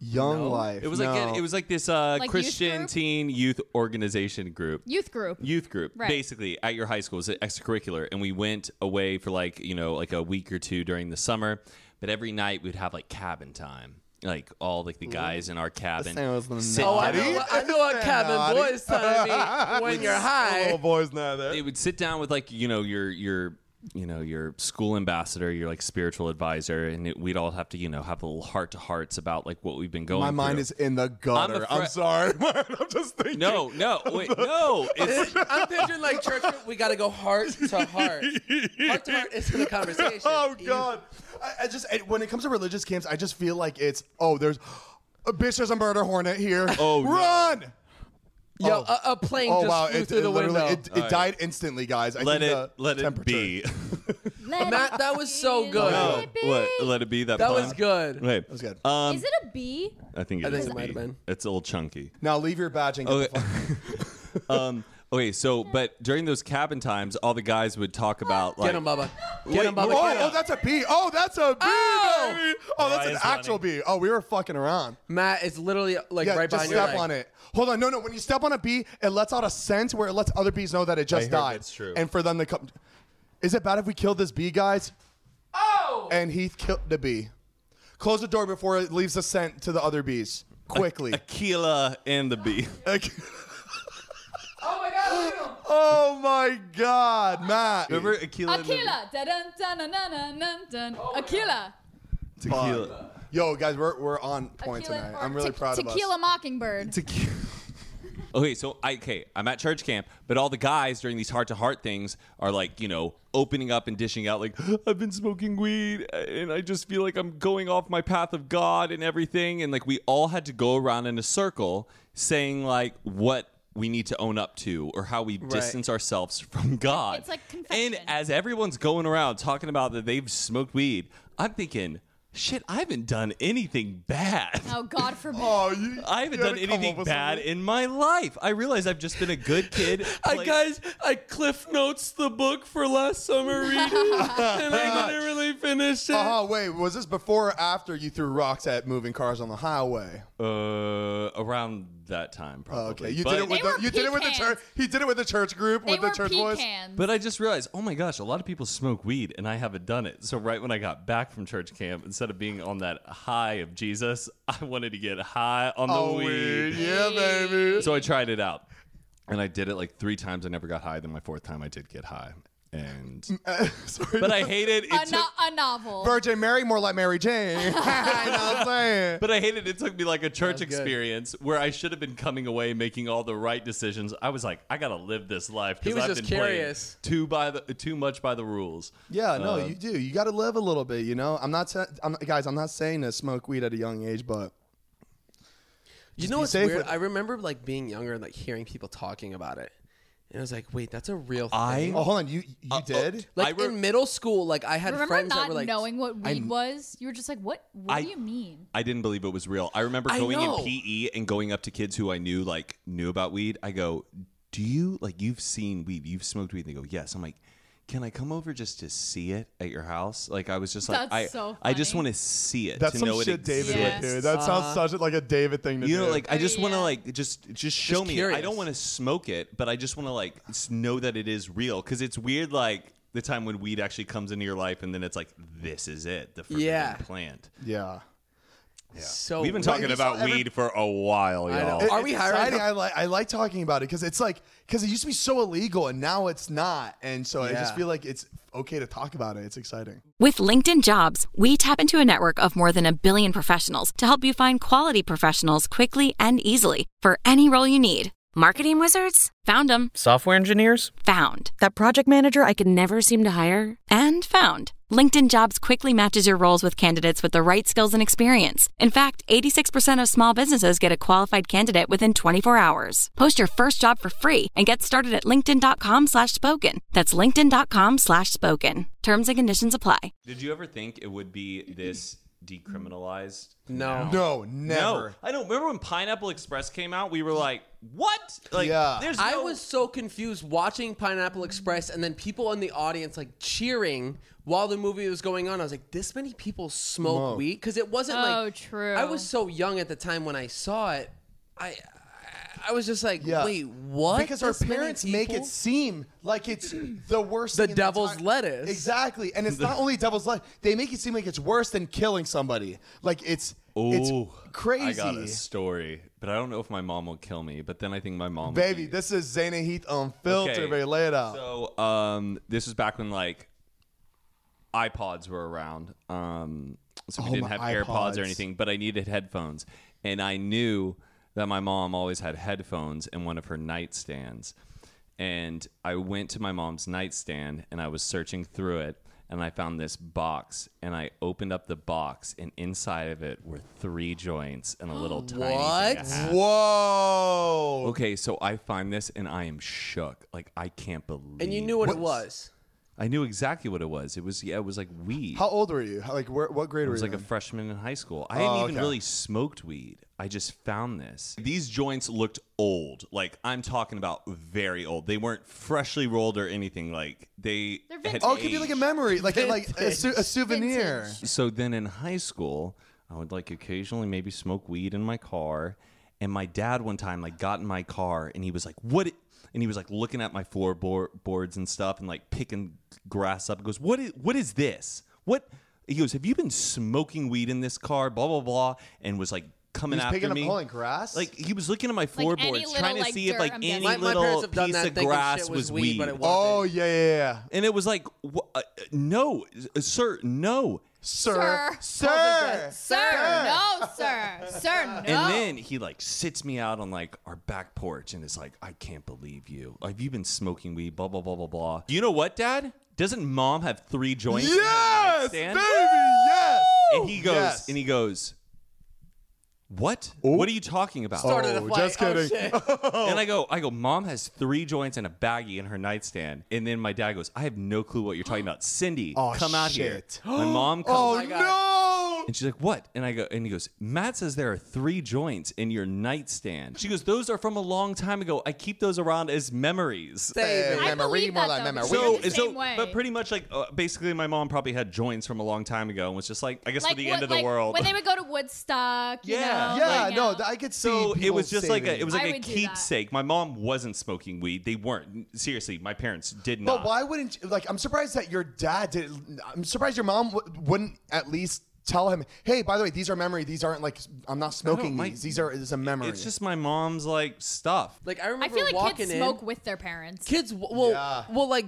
Young life.
It was like it was like this uh,
Like youth
Christian
group?
teen youth organization group.
Youth group.
youth group
Right.
basically at your high school is an extracurricular and we went away for like you know like a week or two during the summer but every night we'd have like cabin time like all like the guys in our cabin
sounds
sit
Oh, I
down.
know, I know what cabin
Naughty.
boys time mean when you're high.
boy's not there.
they would sit down with like you know your your you know your school ambassador, your like spiritual advisor, and it, we'd all have to you know have a little heart to hearts about like what we've been going.
My mind
through.
is in the gutter.
afra-
I'm, sorry. I'm just thinking.
no, no, wait, no. It's
I'm picturing like church. We got to go heart to heart. Heart to heart is the conversation.
Oh
You-
God! I, I just I, when it comes to religious camps, I just feel like it's oh there's a bitch there's a murder hornet here.
Oh, no. uh,
run!
Yo,
Oh.
a, a plane
Oh
just
wow!
flew
It,
through
it
the
literally
window.
it, it died instantly, guys. I
let
think
it
the
let it
temperature-
be.
Let
Matt,
it
that was so
be,
good.
let
No,
it be.
what? Let it be. That
that
pun?
was good.
Wait, that
was good.
Um,
Is it a B?
I think
I
it
think
is
it
a
might have
B.
been.
It's a little chunky.
Now leave your badge and get
Okay.
the fuck.
um, okay, so but during those cabin times, all the guys would talk about like
Get him, Bubba. Get
Wait,
him, Bubba.
Oh,
Get
oh,
him.
that's a B. Oh, that's a B.
Oh!
baby. Oh, that's an
Ryan's
actual B. Oh, we were fucking around.
Matt, it's literally like
Yeah,
right
just
behind your
step
leg.
on it. Hold on, no, no. When you step on a bee, it lets out a scent where it lets other bees know that it just
heard
died.
that's true.
And for them to come, is it bad if we kill this bee, guys? Oh! And Heath killed the bee. Close the door before it leaves a scent to the other bees quickly.
Aquila and the bee.
oh my God, Matt!
Remember Aquila? and the-
Akila. Dun, dun, dun, dun, dun, dun. Akila.
Tequila.
Yo, guys, we're, we're on point
Akila
tonight.
or
I'm really
te-
proud
tequila
of us.
Mockingbird.
Tequila.
Okay, so I okay, I'm at church camp, but all the guys during these heart to heart things are like, you know, opening up and dishing out like, I've been smoking weed and I just feel like I'm going off my path of God and everything. And like we all had to go around in a circle saying like what we need to own up to or how we distance ourselves from God.
It's like confession.
And as everyone's going around talking about that they've smoked weed, I'm thinking, shit, I haven't done anything bad.
Oh, God forbid.
Oh, you,
I haven't
you had to
done
come up
anything
with
bad
something.
in my life. I realize I've just been a good kid.
I
like-
guys, I cliff notes the book for last summer reading, and I didn't really finish it.
Uh-huh, wait, was this before or after you threw rocks at moving cars on the highway?
uh, around that time probably.
Oh, Okay, you
but,
did it with
They
the,
were
you did it with the
pecans.
church. He did it with the church group
they
with
were
the church boys.
pecans.
but I just realized, oh my gosh, a lot of people smoke weed, and I haven't done it. So right when I got back from church camp, instead of being on that high of Jesus, I wanted to get high on the
Oh,
weed.
weed, yeah, baby.
So I tried it out, and I did it like three times. I never got high. Then my fourth time, I did get high, and
Sorry.
but I hated it.
a, Oh,
took-
no- a novel.
Virgin Mary more like Mary Jane. you know what I'm saying?
But I hated it took me like a church experience where I should have been coming away making all the right decisions. I was like, I gotta live this life
He
because
was
I've
just
been playing
curious.
too by the too much by the rules. Uh,
Yeah, no, you do. You got to live a little bit, you know. I'm not, sa- I'm not- guys. I'm not saying to smoke weed at a young age, but
you know
be
what's
safe
weird?
with-
I remember like being younger and like hearing people talking about it, and I was like, wait, that's a real thing.
oh, hold on, you you
Uh,
did.
like
I re-
in middle school, like I had
Remember
friends
not
that were like,
knowing what weed was? You were just like, what? What
I-
do you mean?
I didn't believe it was real. I remember
I
going
know.
in PE and going up to kids who I knew like knew about weed. I go, "Do you like you've seen weed? You've smoked weed?" And they go, "Yes." I'm like, "Can I come over just to see it at your house?" Like I was just like,
That's
"I
so
I just
funny.
want to see it
That's
to
some
know
shit
it
David
Yes. Oh,
would do. That sounds such a, like a David thing to
You
do.
know, like I just want to
yeah.
like just just show me. it. I
curious.
don't want to smoke it, but I just want to like s- know that it is real because it's weird. Like the time when weed actually comes into your life, and then it's like this is it, the forbidden
Yeah.
plant.
yeah.
so
We've been
weird.
talking
Oh, you
about
saw every-
weed for a while,
I know.
y'all.
It-
Are
it's
we hiring-
exciting. I like I like talking about it because it's like because it used to be so illegal and now it's not, and so I just
Yeah.
feel like it's okay to talk about it. It's exciting.
With LinkedIn Jobs, we tap into a network of more than a billion professionals to help you find quality professionals quickly and easily for any role you need. Marketing wizards? Found them.
Software engineers?
Found. That project manager I could never seem to hire? And found. LinkedIn Jobs quickly matches your roles with candidates with the right skills and experience. In fact, 86% of small businesses get a qualified candidate within 24 hours. Post your first job for free and get started at linkedin.com slash spoken. That's linkedin.com slash spoken. Terms and conditions apply.
Did you ever think it would be this decriminalized?
no.
No,
No,
never.
I don't remember when Pineapple Express came out. We were like, "What?" Like,
Yeah.
there's
I
no-
was so confused watching Pineapple Express and then people in the audience like cheering while the movie was going on. I was like, this many people smoke weed? Because it wasn't like.
Oh, true.
I was so young at the time when I saw it. I I was just like,
Yeah.
wait, what?
Because our
This many
parents make
people?
it seem like it's the worst.
The
thing in
devil's
entire-
lettuce.
Exactly, and it's not only devil's lettuce. They make it seem like it's worse than killing somebody. Like it's
Ooh,
it's crazy.
I got a story, but I don't know if my mom will kill me. But then I think my mom, would
Baby,
be-
this is Zayna Heath on filter.
Okay.
Baby, lay it out.
So um, this was back when like iPods were around. Um, so we
Oh, my
didn't have AirPods or
iPods.
anything, but I needed headphones. And I knew that my mom always had headphones in one of her nightstands. And I went to my mom's nightstand and I was searching through it and I found this box and I opened up the box and inside of it were three joints and a little tiny thing
What?
of hash.
Whoa.
Okay, so I find this and I am shook. Like I can't believe.
And you knew what it
What's-
was.
I knew exactly what it was. It was yeah, it was like weed.
How old were you? How, like where, what grade
I
were
was
you?
like a
in?
freshman in high school. I hadn't
Oh,
even
okay.
really smoked weed. I just found this. These joints looked old. Like I'm talking about very old. They weren't freshly rolled or anything. Like they
They're
had
vintage.
oh, it could be like a
aged.
memory, like like a, su- a souvenir.
So then in high school, I would like occasionally maybe smoke weed in my car. And my dad one time like got in my car and he was like, "What?" i- And he was like looking at my floorboards and stuff and like picking grass up. He goes, "What? Is, what is this? What?" He goes, "Have you been smoking weed in this car?" Blah blah blah, and was like coming
He's
after
picking up
me.
all in grass?
Like he was looking at my
any
floorboards,
little,
trying to
like,
see if
dirt,
like
I'm
any
guessing.
My, my parents
little
have done
piece
that
of
thinking
grass
shit was weed, but it wasn't.
Oh yeah, yeah, yeah.
and it was like, wha- uh, "No, sir, no."
Sir,
Sir.
sir,
Sir, no, sir. Sir, no.
And then he like sits me out on like our back porch and is like, I can't believe you. Have you been smoking weed? Blah blah blah blah blah. You know what, Dad? Doesn't Mom have three joints? in her
yes, baby,
nightstand?
yes.
And he goes,
Yes.
and he goes, what? What are you talking about?
Started
Oh,
a fight.
just kidding.
Oh, shit.
And I go, I go. Mom has three joints and a baggie in her nightstand. And then my dad goes, I have no clue what you're talking about. Cindy,
Oh,
come out
shit.
here. My mom comes.
Oh,
my God.
no.
And she's like, "What?" And I go, and he goes, "Matt says there are three joints in your nightstand." She goes, "Those are from a long time ago. I keep those around as memories."
Save
I
it.
Memory,
believe
more
that,
like
though,
memory.
because
So,
you're the
so-
same way.
but pretty much like uh, basically, my mom probably had joints from a long time ago and was just like, I guess, for the
what-
end of the
like,
world.
When they would go to Woodstock, you
Yeah.
know, uh,
Yeah,
hang
no,
out.
th- I could see.
so it
people
was just like a, it was
I
like a
would do that.
keepsake. My mom wasn't smoking weed; they weren't. Seriously, my parents did not.
But why wouldn't you, like? I'm surprised that your dad did. I'm surprised your mom w- wouldn't at least tell him, "Hey, by the way, these are memory. These aren't like I'm not smoking
my-
these. These are this is a memory."
It's just my mom's like
Oh,
stuff.
Like I remember
I feel like
walking
kids
in.
smoke with their parents.
kids w- well well like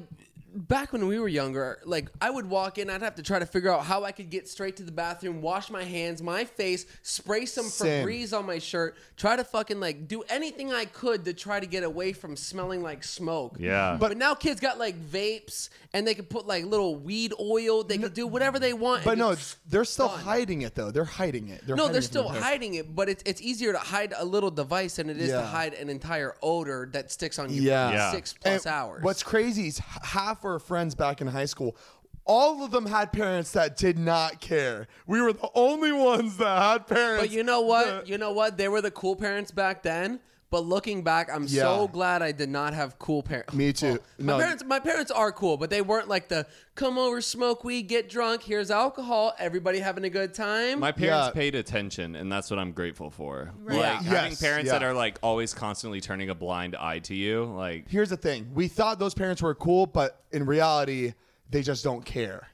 back when we were younger like i would walk in i'd have to try to figure out how i could get straight to the bathroom wash my hands my face spray some
Same.
Febreze on my shirt try to fucking like do anything i could to try to get away from smelling like smoke
Yeah.
but, now kids got like vapes and they can put like little weed oil they can do whatever they want
but
and
no,
just-
they're still
done.
hiding it though. They're hiding it. They're
no,
hiding
they're
it from
still
their parents.
hiding it, but it's it's easier to hide a little device than it is to
Yeah.
hide an entire odor that sticks on you
Yeah.
for
Yeah.
six plus
And
hours.
What's crazy is h- half our friends back in high school, all of them had parents that did not care. We were the only ones that had parents.
But you know what? You know what? They were the cool parents back then. But looking back, I'm
Yeah.
so glad I did not have cool parents.
Me too.
My
No.
parents, my parents are cool, but they weren't like the come over, smoke weed, get drunk. Here's alcohol. Everybody having a good time.
My parents
Yeah.
paid attention, and that's what I'm grateful for.
Yeah.
Like having
Yes,
parents
yeah.
that are like always constantly turning a blind eye to you, like
Here's the thing: we thought those parents were cool, but in reality, they just don't care.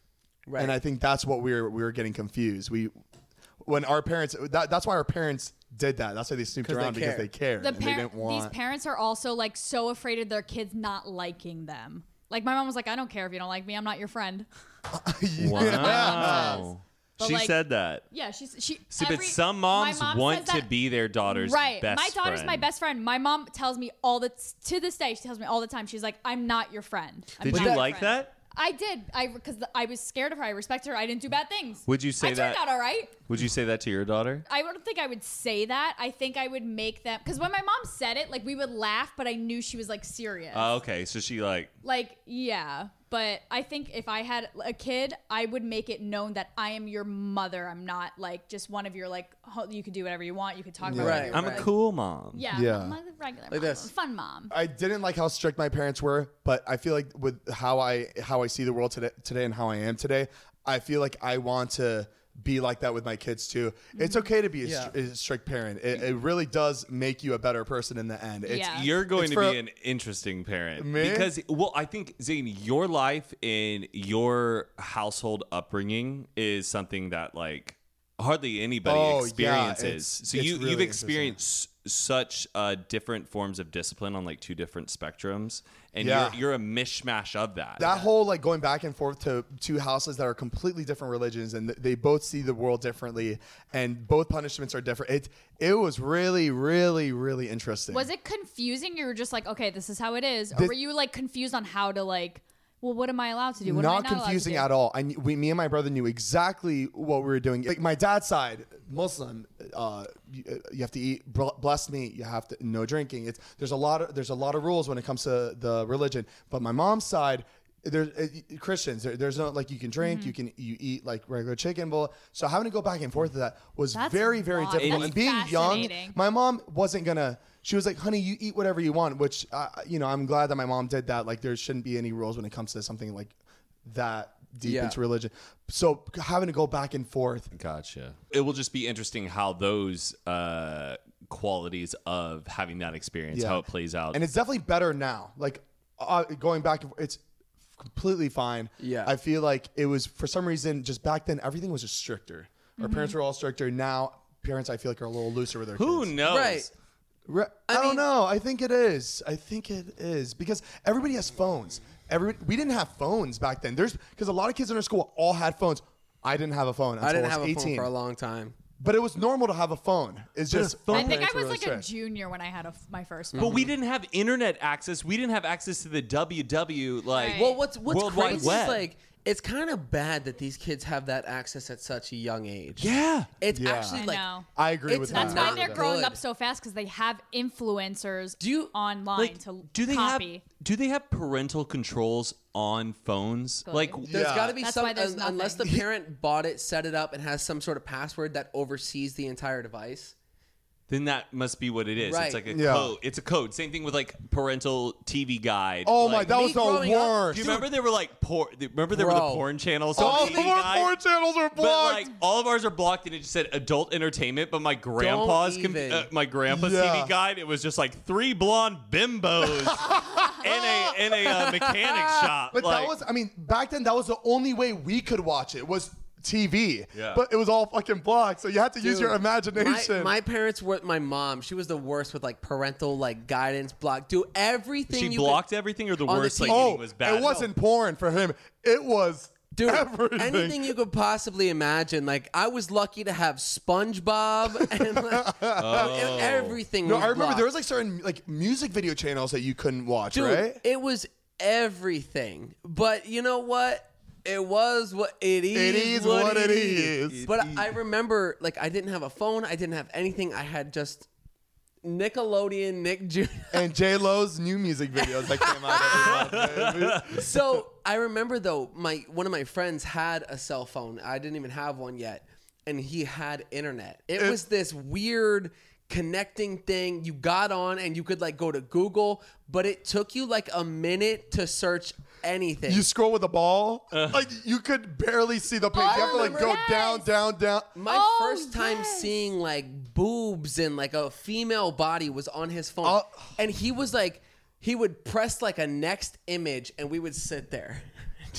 Right.
And I think that's what we were we were getting confused. We when our parents that, that's why our parents did that. That's why they snooped
'Cause they
around because
care.
they cared
the
and they
par-
didn't want.
these parents are also like so afraid of their kids not liking them. Like my mom was like, I don't care if you don't like me, I'm not your friend.
wow.
But,
She
like-
said that.
Yeah, she's she.
See,
every,
but some
my
moms
mom
want
says
to
that-
be their daughter's
right.
best
my daughter's my
friend.
best friend. My mom tells me all the to this day. She tells me all the time. She's like, I'm not your friend. I'm
Did
not
you
your
like
friend."
that?
I did. I because I was scared of her. I respected her. I didn't do bad things.
Would you say
I
that-
turned out all right?
Would you say that to your daughter?
I don't think I would say that. I think I would make them because when my mom said it, like we would laugh, but I knew she was like serious.
Oh, okay, so she like
like yeah, but I think if I had a kid, I would make it known that I am your mother. I'm not like just one of your like ho- you can do whatever you want. You can talk about whatever
Right,
you
I'm
want.
a cool mom.
yeah,
Yeah.
I'm a regular mom,
this.
fun mom.
I didn't like how strict my parents were, but I feel like with how I how I see the world today, today and how I am today, I feel like I want to be like that with my kids too. It's okay to be a, str- a strict parent. It, it really does make you a better person in the end. It's,
Yeah.
You're going
It's
to
for-
be an interesting parent
Me?
because, well, I think Zane, your life in your household upbringing is something that like hardly anybody
Oh, yeah,
experiences.
it's-
so
it's
you you've
really interesting.
experienced s- such uh, different forms of discipline on like two different spectrums, and
Yeah.
you're you're a mishmash of that.
That whole like going back and forth to two houses that are completely different religions and th- they both see the world differently and both punishments are different. It it was really really really interesting.
Was it confusing? You were just like, okay, this is how it is. Or
This-
were you like confused on how to like, well, what am I allowed to do? What
not,
am I not
confusing
allowed
at all. I kn- we, me and my brother knew exactly what we were doing. Like my dad's side, Muslim, uh, you, uh, you have to eat bl- blessed meat. You have to no drinking. It's there's a lot of there's a lot of rules when it comes to the religion. But my mom's side. There's uh, Christians. There, there's no like you can drink,
Mm-hmm.
you can you eat like regular chicken bowl. So having to go back and forth with that was
That's
very very
wild.
difficult.
That's
and being young,
fascinating.
my mom wasn't gonna. She was like, "Honey, you eat whatever you want," which uh, you know I'm glad that my mom did that. Like there shouldn't be any rules when it comes to something like that deep
Yeah.
into religion. So having to go back and forth.
Gotcha. It will just be interesting how those uh, qualities of having that experience,
Yeah.
how it plays out.
And it's definitely better now. Like uh, going back and forth, it's completely fine.
Yeah.
I feel like it was for some reason just back then everything was just stricter. Our parents
Mm-hmm.
were all stricter. Now parents I feel like are a little looser with their
Who
kids.
knows?
Right.
Re- I,
mean-
don't know. I think it is. I think it is because everybody has phones. Every we didn't have phones back then. There's because a lot of kids in our school all had phones. I didn't have a phone until
I didn't
was
have a
18.
phone for a long time.
But it was normal to have a phone. It's just
to do?
phone
I think I
parents
was
were
like
really
a
strict.
junior when I had a f my first phone.
But
Mm-hmm.
we didn't have internet access. We didn't have access to the WW like
Right.
well,
Well, what's what's
World Wide
crazy is
Web.
like it's kind of bad that these kids have that access at such a young age.
yeah.
It's
Yeah.
actually
I
like
know.
I agree
It's
with
not
That's
that.
why
Nah.
they're growing
Good.
up so fast because they have influencers
Do you-
online
Like,
to
do they
copy.
have do they have parental controls on phones? Like
There's
Yeah.
got to be
That's
some
why there's
un- unless the
nothing.
parent bought it, set it up, and has some sort of password that oversees the entire device.
then that must be what it is.
Right.
It's like a
Yeah.
code. It's a code. Same thing with like parental TV guide.
Oh my,
Like,
that
me
was the
growing up,
worst.
Do you remember they were like porn? Remember there were the
Bro.
porn channels.
all
on
the
TV guide?
Oh, porn channels are
But
blocked.
like all of ours are blocked, and it just said adult entertainment. But my grandpa's com-
even.
uh, my grandpa's
Yeah.
TV guide, it was just like three blonde bimbos in a in a uh, mechanic shop.
But
like,
that was, I mean, back then that was the only way we could watch it was TV.
Yeah.
But it was all fucking blocked, so you had to use your
Dude,
imagination.
My, my parents were my mom. She was the worst with like parental like guidance block. Do everything
she
you
blocked everything, or the
on the
worst like
TV.
eating
oh,
was bad.
it wasn't porn for him. It was
Dude,
everything.
anything you could possibly imagine. Like I was lucky to have SpongeBob and like, and everything.
Oh. No,
was
I remember
blocked.
there was like certain like music video channels that you couldn't watch,
Dude,
right?
It was everything. But you know what? It was what it is.
is what it is.
But I remember, like, I didn't have a phone. I didn't have anything. I had just Nickelodeon, Nick Jr.
and J Lo's new music videos that came out every month. baby.
so I remember though, my one of my friends had a cell phone. I didn't even have one yet, and he had internet. It, was this weird connecting thing. You got on and you could like go to Google, but it took you like a minute to search anything.
You scroll with a ball, like you could barely see the page. you have to like go
remember-
down, down, down.
My
Oh,
first time
yes.
seeing like boobs and like a female body was on his phone.
Oh.
and he was like, he would press like a next image and we would sit there.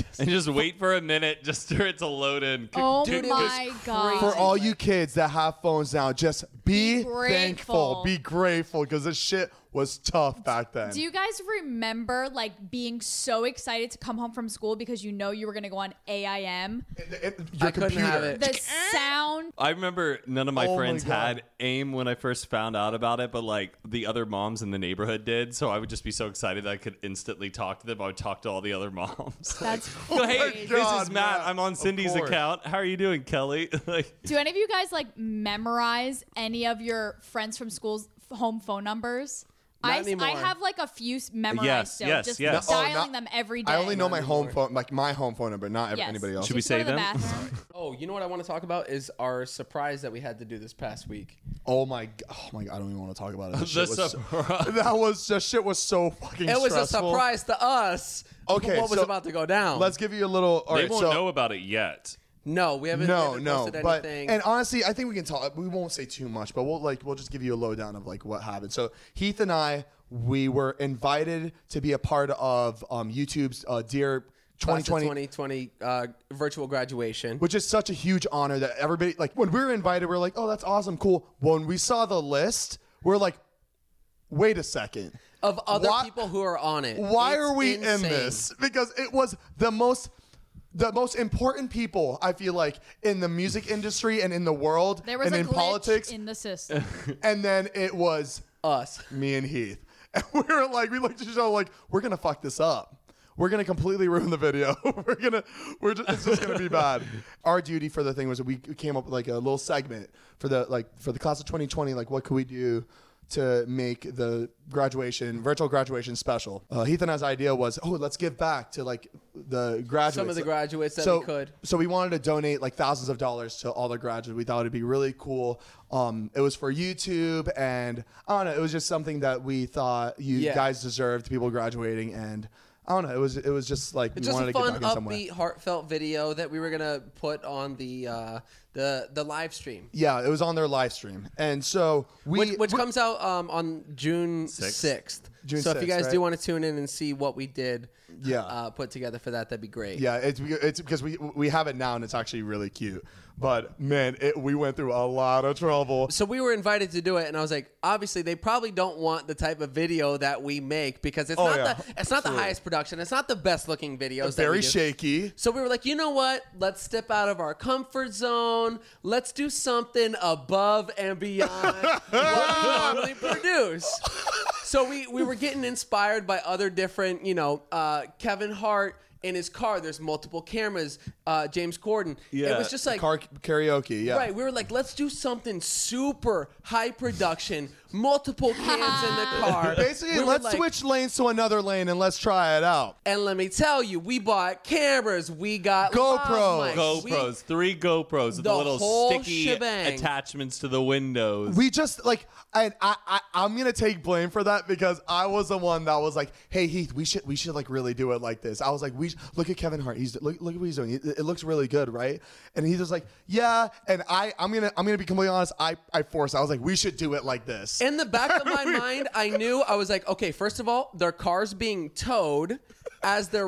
and just wait for a minute just for it to load in.
Oh
Good- good-
my god!
For all you kids that have phones now, just be,
Be grateful.
thankful, be grateful, because this shit was tough back then.
Do you guys remember like being so excited to come home from school because you know you were gonna go on AIM?
It- your
I couldn't
computer.
have it.
The
eh?
sound.
I remember none of my
Oh my
friends
God.
had AIM when I first found out about it, but like the other moms in the neighborhood did. So I would just be so excited that I could instantly talk to them. I would talk to all the other moms.
That's
Go,
crazy.
hey, this
Oh God,
is Matt.
Matt.
I'm on
Of
Cindy's
course.
account. How are you doing, Kelly? like,
Do any of you guys like memorize any of your friends from school's f- home phone numbers? I, s- I
anymore.
have like a few s- memorized
Yes,
still,
yes,
just
yes.
Oh,
dialing
not-
them every day.
I only know my home phone, like my home phone number, not ev-
Yes.
anybody else.
Should we
Just go
say
to the
them?
bathroom.
Oh, you know what I want to talk about is our surprise that we had to do this past week.
Oh my, g- oh my god, I don't even want to talk about it. This shit
The
was so,
surprise.
that was the shit was so fucking.
It was a
stressful.
surprise to us.
Okay,
what was
so
about to go down?
Let's give you a little. all
they
right,
won't
so-
know about it yet.
no, we haven't.
No,
we haven't
no,
posted
but
anything.
and honestly, I think we can talk. We won't say too much, but we'll like we'll just give you a lowdown of like what happened. So Heath and I, we were invited to be a part of um, YouTube's uh, Dear
class of
2020
2020 uh, virtual graduation.
which is such a huge honor that everybody like when we were invited we are like oh that's awesome cool when we saw the list we're like wait a second
of other
Why-
people who are on it.
why
It's
are we in
insane.
this because it was the most the most important people i feel like in the music industry and in the world
There was
and
a
in
glitch
politics
in the system.
and then it was
Us.
me and Heath. And we were like, we looked at each other like, we're gonna fuck this up. We're gonna completely ruin the video. we're gonna, we're just, it's just gonna be bad. Our duty for the thing was that we came up with like a little segment for the like for the class of 2020. Like, what could we do to make the graduation virtual graduation special? Uh, Heath and I's idea was, oh, let's give back to like the graduates.
Some of the graduates that we could.
So we wanted to donate like thousands of dollars to all the graduates. We thought it'd be really cool. Um, it was for YouTube, and I don't know. It was just something that we thought you
Yeah.
guys deserved. People graduating, and I don't know. It was it was just like we
It's just
wanted
a
to
fun,
get back in some way.
upbeat, heartfelt video that we were gonna put on the uh, the the live stream,
Yeah, it was on their live stream, and so we
which, which
we-
comes out um, on June sixth.
June
so if you
6th,
guys do
right?
want to tune in and see what we did,
Yeah.
uh, put together for that, that'd be great.
Yeah, it's it's because we we have it now, and it's actually really cute. But man, it, we went through a lot of trouble.
So we were invited to do it, and I was like, obviously they probably don't want the type of video that we make because it's
Oh,
not
yeah.
the it's not the highest production, it's not the best looking videos. that we
Very
do.
shaky.
So we were like, you know what? Let's step out of our comfort zone. Let's do something above and beyond what we normally produce. So we, we were getting inspired by other different, you know, uh, Kevin Hart in his car. There's multiple cameras. Uh, James Corden. It
Yeah,
was just like
Car karaoke. Yeah.
Right, we were like, let's do something super high production, multiple cans in the car.
Basically,
We were
let's
like,
switch lanes to another lane and let's try it out.
And let me tell you, we bought cameras, we got live
GoPros.
mics, we-
GoPros, three GoPros with
The
the little
whole
sticky
shebang.
attachments to the windows.
We just like, and I, I, I'm gonna take blame for that because I was the one that was like, "Hey Heath, we should, we should like really do it like this." I was like, "We sh- look at Kevin Hart. He's look, look at what he's doing. It, it looks really good, right?" And he's just like, "Yeah." And I, I'm gonna, I'm gonna be completely honest. I, I forced. I was like, "We should do it like this."
In the back of my mind, I knew I was like, okay, first of all, their car's being towed as they're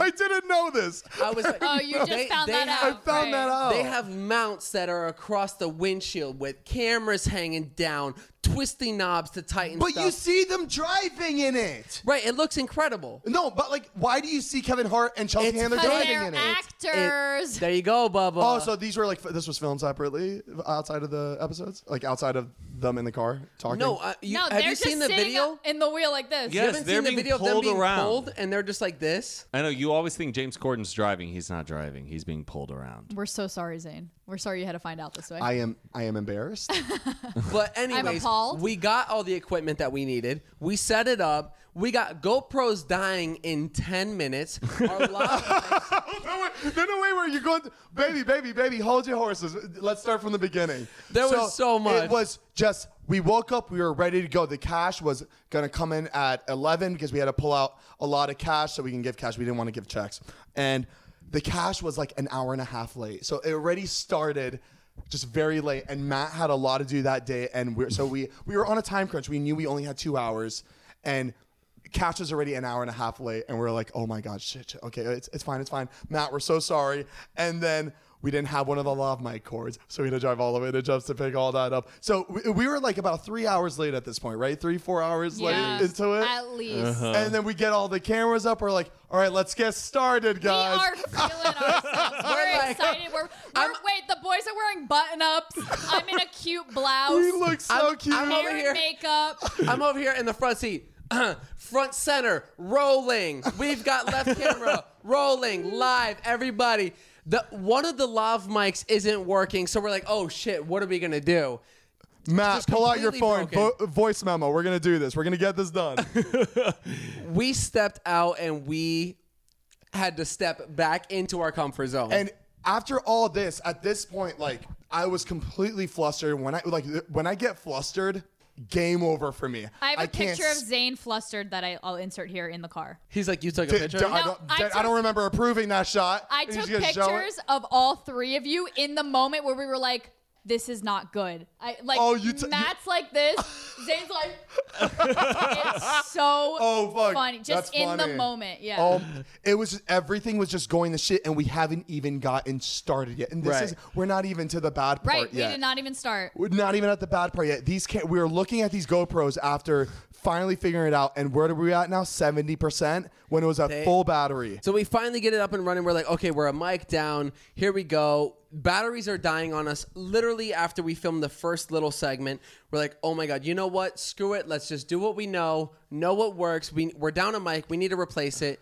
I didn't know this.
I was like,
Oh, you just
They-
found
they
that
have-
out.
I found
right?
that out.
They have mounts that are across the windshield with cameras hanging down, twisty knobs to tighten
but
stuff.
you see them driving in it.
right, it looks incredible.
No, but like, why do you see Kevin Hart and Chelsea
It's
Handler
But
driving
they're
in it?
actors.
There you go, Bubba.
Oh, so these were like f- this was filmed separately outside of the episodes, like outside of them in the car talking.
no, uh, you,
no,
have
they're
you
just
seen the
sitting
video?
in the wheel like this.
You
Yes,
haven't
they're
seen the
being
video of them
pulled
being
around.
pulled, and they're just like this.
I know you always think James Corden's driving. He's not driving. He's being pulled around.
We're so sorry, Zane. We're sorry you had to find out this way.
I am I am embarrassed.
But anyways,
appalled.
we got all the equipment that we needed. We set it up. We got GoPros dying in ten minutes. Our live,
no, way, no, no way where you're going, to, baby, baby, baby, hold your horses. Let's start from the beginning.
There was so much.
It was just we woke up, we were ready to go. The cash was gonna come in at eleven because we had to pull out a lot of cash so we can give cash. We didn't want to give checks, and the cash was like an hour and a half late. So it already started. Just very late, and Matt had a lot to do that day, and we're, so we we were on a time crunch. We knew we only had two hours, and Cash was already an hour and a half late, and we are like, oh my god, shit, shit, okay, it's, it's fine, it's fine. Matt, we're so sorry. And then we didn't have one of the lav mic cords, so we had to drive all the way to Jeff's to pick all that up. So we, we were like about three hours late at this point, right? Three, four hours
yeah,
late into it.
At least.
And then we get all the cameras up. We're like, all right, let's get started,
We
guys.
are feeling ourselves. We're excited. We're, we're wait. The boys are wearing button ups. I'm in a cute blouse.
we look so cute.
I'm over
Hair and
here.
makeup.
I'm over here in the front seat. front center, rolling. We've got left camera, rolling, live, everybody. The one of the lav mics isn't working, so we're like, oh shit, what are we gonna do?
Matt,
just
pull out your phone,
completely broken.
vo- voice memo. We're gonna do this. We're gonna get this done.
We stepped out and we had to step back into our comfort zone.
And after all this, at this point, like I was completely flustered. When I like when I get flustered, game over for me.
I have a
a
picture of Zane flustered that I, I'll insert here in the car.
He's like, you took a picture.
I,
No,
don't,
I
I
took-
don't remember approving that shot.
I
He's
took
gonna show it.
pictures of all three of you in the moment where we were like, this is not good. I like
Oh, you t-
Matt's like this. Zane's like it's so
Oh, fuck.
funny. Just
That's
in
funny.
the moment. Yeah.
Oh, it was just, everything was just going to shit, and we haven't even gotten started yet. And this
Right.
is we're not even to the bad part
right. We
yet.
did not even start.
We're not even at the bad part yet. These can we were looking at these GoPros after finally figuring it out, and where are we at now? Seventy percent when it was at full battery.
So we finally get it up and running. We're like, okay, we're a mic down. Here we go. Batteries are dying on us. Literally, after we filmed the first little segment, we're like, oh my God, you know what? Screw it. Let's just do what we know, know what works. We, we're down a mic. We need to replace it.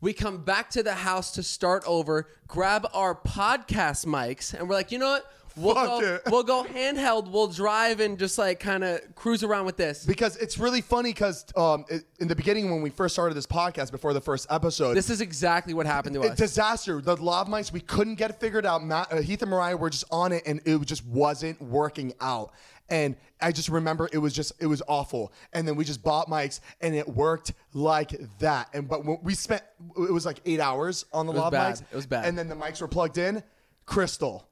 We come back to the house to start over, grab our podcast mics, and we're like, you know what? We'll,
Fuck
go,
it.
we'll go handheld. We'll drive and just like kind of cruise around with this.
Because it's really funny because um, it- in the beginning when we first started this podcast before the first episode,
This is exactly what happened to
a
us.
disaster. The lav mics we couldn't get it figured out. Matt, uh, Heath and Mariah were just on it, and it just wasn't working out. And I just remember it was just it was awful. And then we just bought mics, and it worked like that. And but when we spent it was like eight hours on the
was
lav
bad.
mics.
It was bad.
And then the mics were plugged in, crystal.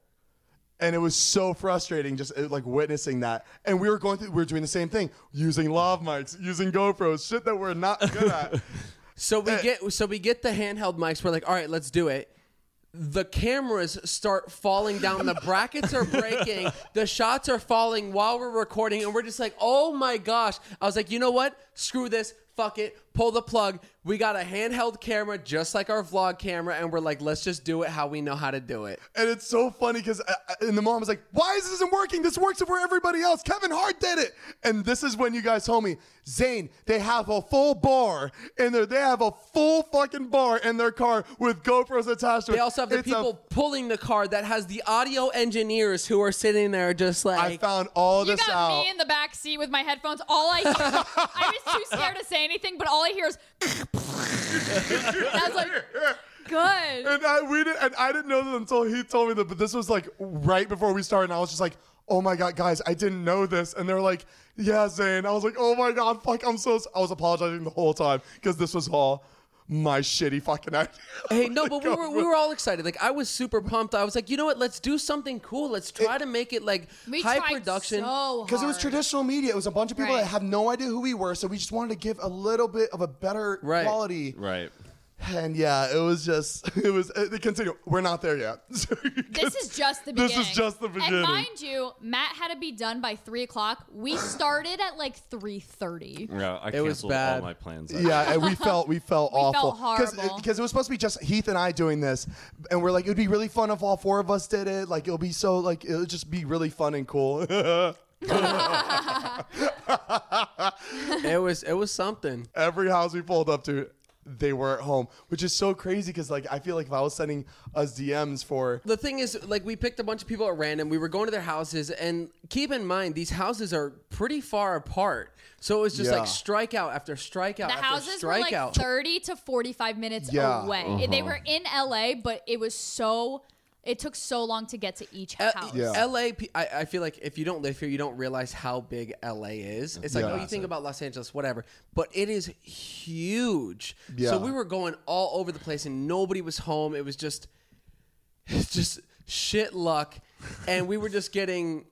And it was so frustrating just uh, like witnessing that. And we were going through, we were doing the same thing using lav mics, using GoPros, shit that we're not good at.
So
Uh,
we get so we get the handheld mics. We're like, all right, let's do it. The cameras start falling down. The brackets are breaking. The shots are falling while we're recording, and we're just like, oh my gosh! I was like, you know what? Screw this. Fuck it. Pull the plug. We got a handheld camera, just like our vlog camera, and we're like, let's just do it how we know how to do it.
And it's so funny because in the moment I was like, why is this isn't working? This works for everybody else. Kevin Hart did it. And this is when you guys told me, Zane, they have a full bar in there. They have a full fucking bar in their car with GoPros attached to it.
They also have the
It's a-
people pulling the car that has the audio engineers who are sitting there just like.
I found all
You
this
got
out.
me in the back seat with my headphones. All I hear, I was too scared to say anything, but all I hear is. And I was like, good.
and I we did, and I didn't know this until he told me that. But this was like right before we started, and I was just like, "Oh my god, guys, I didn't know this." And they're like, "Yeah, Zane." I was like, "Oh my god, fuck, I'm so." s-" I was apologizing the whole time because this was all my shitty fucking idea.
Hey, no, but we were we were all excited. Like I was super pumped. I was like, you know what? Let's do something cool. Let's try to make it like
We
high
tried
production.
so
Because it was
hard.
traditional media. It was a bunch of people
Right.
that have no idea who we were, so we just wanted to give a little bit of a better
Right.
quality.
Right.
And yeah, it was just, it was, it, continue. We're not there yet. So you
This
can-
is just the
This
beginning.
is just the beginning.
And mind you, Matt had to be done by three o'clock. We started at like three thirty.
Yeah, I
was
canceled all
bad.
my plans.
Yeah, and we felt we felt
felt
awful
horrible.
because it was supposed to be just Heath and I doing this, and we're like, it'd be really fun if all four of us did it. Like it'll be so like it'll just be really fun and cool.
It was it was something.
Every house we pulled up to, they were at home, which is so crazy because like I feel like if I was sending us DMs for
The thing is, like, we picked a bunch of people at random. We were going to their houses, and keep in mind, these houses are pretty far apart. So it was just
Yeah.
like strikeout after strikeout
The
after
houses were like
strikeout.
30 to 45 minutes
Yeah. Uh-huh.
away. They were in LA, but it was so, it took so long to get to each house.
Uh, Yeah.
LA, pe- I, I feel like if you don't live here, you don't realize how big LA is.
Mm-hmm.
It's like, oh, you think about Los Angeles, whatever, but it is huge.
Yeah.
So we were going all over the place and nobody was home. It was just, it's just shit luck. And we were just getting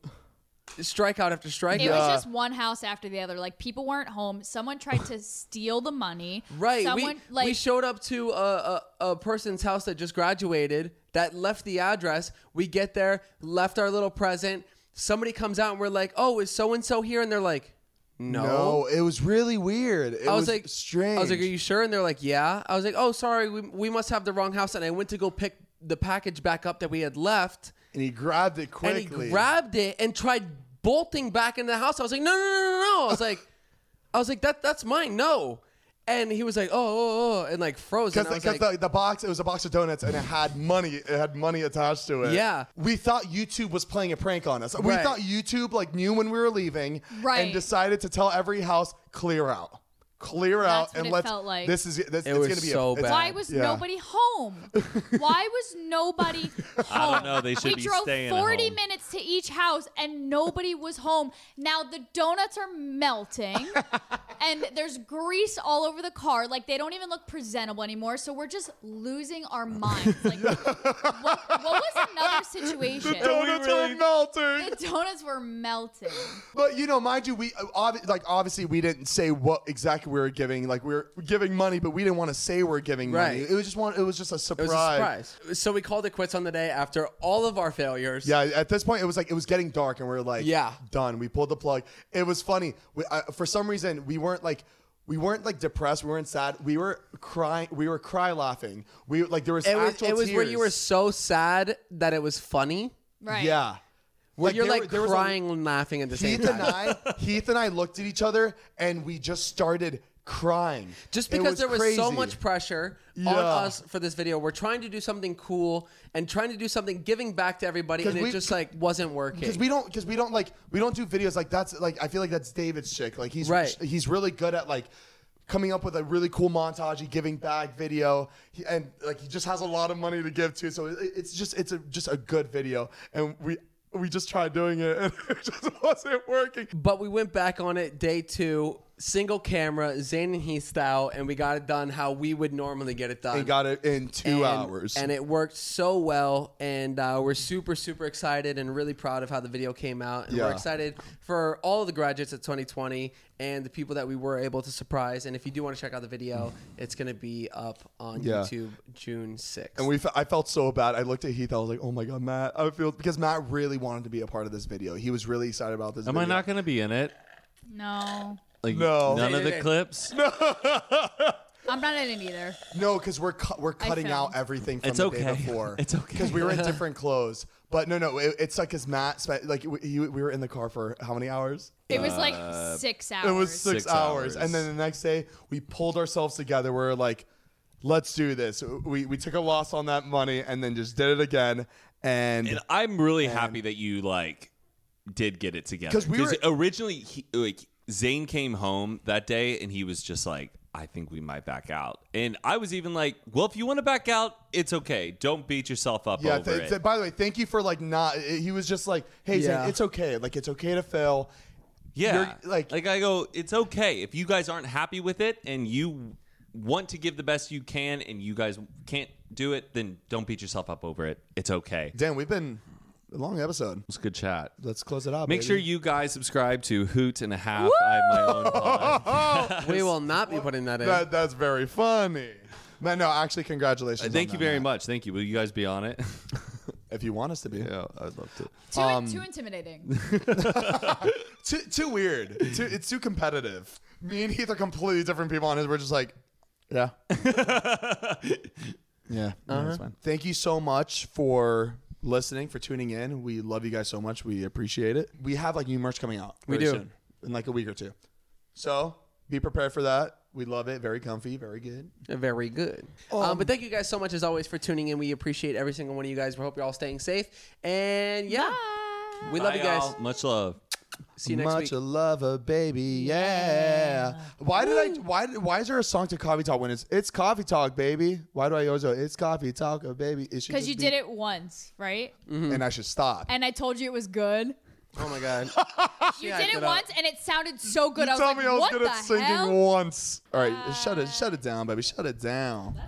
strikeout after strikeout.
It was just one house after the other. Like people weren't home. Someone tried to steal the money.
Right.
Someone
we,
like
we showed up to a, a, a person's house that just graduated that left the address. We get there, left our little present. Somebody comes out and we're like, oh, is so and so here? And they're like, no.
no, it was really weird. It
I was, like,
strange.
I was like, are you sure? And they're like, yeah. I was like, oh, sorry, we, we must have the wrong house. And I went to go pick the package back up that we had left.
and he grabbed it quickly.
And he grabbed it and tried bolting back into the house. I was like, no, no, no, no, no. I was like, I was like, that that's mine. No. And he was like, oh, oh, oh and like froze. And I
Because
was like,
the, the box, it was a box of donuts and it had money. It had money attached to it.
Yeah.
We thought YouTube was playing a prank on us. We
Right.
thought YouTube like knew when we were leaving and
Right.
decided to tell every house clear out, clear out,
That's what
and
it
let's.
felt like.
This is this, it's
was
gonna be
so
a, it's-
bad.
why was
Yeah.
nobody home? Why was nobody home?
I don't know. They should
we
be
drove
staying at
40
home.
minutes to each house and nobody was home. Now the donuts are melting and there's grease all over the car. Like they don't even look presentable anymore. So we're just losing our minds. Like, what, what was another situation?
Donuts
really-
are melting.
The donuts were melting.
But you know, mind you, we uh, obvi- like obviously we didn't say what exactly we were giving. Like we were giving money, but we didn't want to say we are giving money.
Right.
It was just one. It was just a surprise.
It was a surprise. So we called it quits on the day after all of our failures.
Yeah, at this point it was like it was getting dark, and we were like,
Yeah.
done. We pulled the plug. It was funny. We, I, for some reason, we weren't like. We weren't like depressed. We weren't sad. We were crying. We were cry laughing. We like there was
It was,
actual
it was where you were
tears.
so sad that it was funny.
Right.
Yeah.
Where you're
there-
like
there was a-
crying and laughing at the same
Heath and
time.
I, Heath and I looked at each other and we just started crying.
Just
It
because there was so
crazy.
much pressure on us for this video, we're trying to do something cool and trying to do something giving back to everybody,
'Cause
and it
we-
just like wasn't working.
because we don't because we don't like we don't do videos like that's like I feel like that's David's chick. Like he's
Right.
he's really good at like coming up with a really cool montage, he giving back video, he, and like he just has a lot of money to give too. So it, it's just it's a, just a good video, and we we just tried doing it and it just wasn't working.
But we went back on it day two, single camera, Zane and Heath style, and we got it done how we would normally get it done.
We got it in two
and,
hours.
and it worked so well. And uh, we're super, super excited and really proud of how the video came out. And we're
Yeah.
excited for all of the graduates at 2020 and the people that we were able to surprise. And if you do want to check out the video, it's going to be up on
Yeah.
YouTube June 6th.
And we, fe- I felt so bad. I looked at Heath. I was like, "Oh my god, Matt!" I feel because Matt really wanted to be a part of this video. He was really excited about this.
Am I
video.
not going to be in it?
No,
Like
No.
none of
Hey, hey,
the
hey.
clips.
I'm not in it either.
No, because we're cu- we're cutting out
filmed.
everything from
It's
the day
okay.
before.
It's okay.
because we were in different clothes. But no, no, it, it's like because Matt spent like we, he, we were in the car for how many hours?
It was like six hours.
It was six,
Six
hours.
hours.
and then the next day we pulled ourselves together. We were like, "Let's do this." We we took a loss on that money and then just did it again. And
And I'm really happy that you like did get it together
'Cause we were-
originally he, like Zane came home that day and he was just like, I think we might back out, and I was even like, Well, if you want to back out, it's okay. Don't beat yourself up
Yeah.
over
th-
it.
th- by the way, thank you for like not. He was just like, "Hey, Zane,
Yeah.
it's okay. Like it's okay to fail."
yeah,
you're, like-
like I go, it's okay if you guys aren't happy with it and you want to give the best you can, and you guys can't do it, then don't beat yourself up over it. It's okay.
Damn, we've been a long episode.
It's good chat.
Let's close it out.
Make
baby.
sure you guys subscribe to Hoot and a Half. I have my own pod.
We will not be putting that in.
That, that's very funny. Man, no, actually, congratulations. on
Thank
that,
you very
Matt.
much. Thank you. Will you guys be on it?
If you want us to be,
I'd love to.
Too, too intimidating.
too, too weird. too, it's too competitive. Me and Heath are completely different people on it. We're just like, yeah, yeah. no, that's fine. Thank you so much for listening, for tuning in. We love you guys so much. We appreciate it. We have like new merch coming out.
We
very
do.
soon, in like a week or two. So be prepared for that. We love it. Very comfy. Very good.
Very good. Um, but thank you guys so much as always for tuning in. We appreciate every single one of you guys. We hope you're all staying safe. And yeah, we love you guys.
Much love.
See you next
Much
week.
a lover, baby, yeah. Why did I? Why? Why is there a song to coffee talk when it's it's coffee talk, baby? Why do I always go it's coffee talk, oh, baby?
Because you did it once, right?
and I should stop.
And I told you it was good.
Oh my God.
You
Yeah, I
did it
did that.
once, and it sounded so good. I was
Tell
like,
me I was
what
good
the
at singing
hell?
once. All right, shut it, shut it down, baby, shut it down.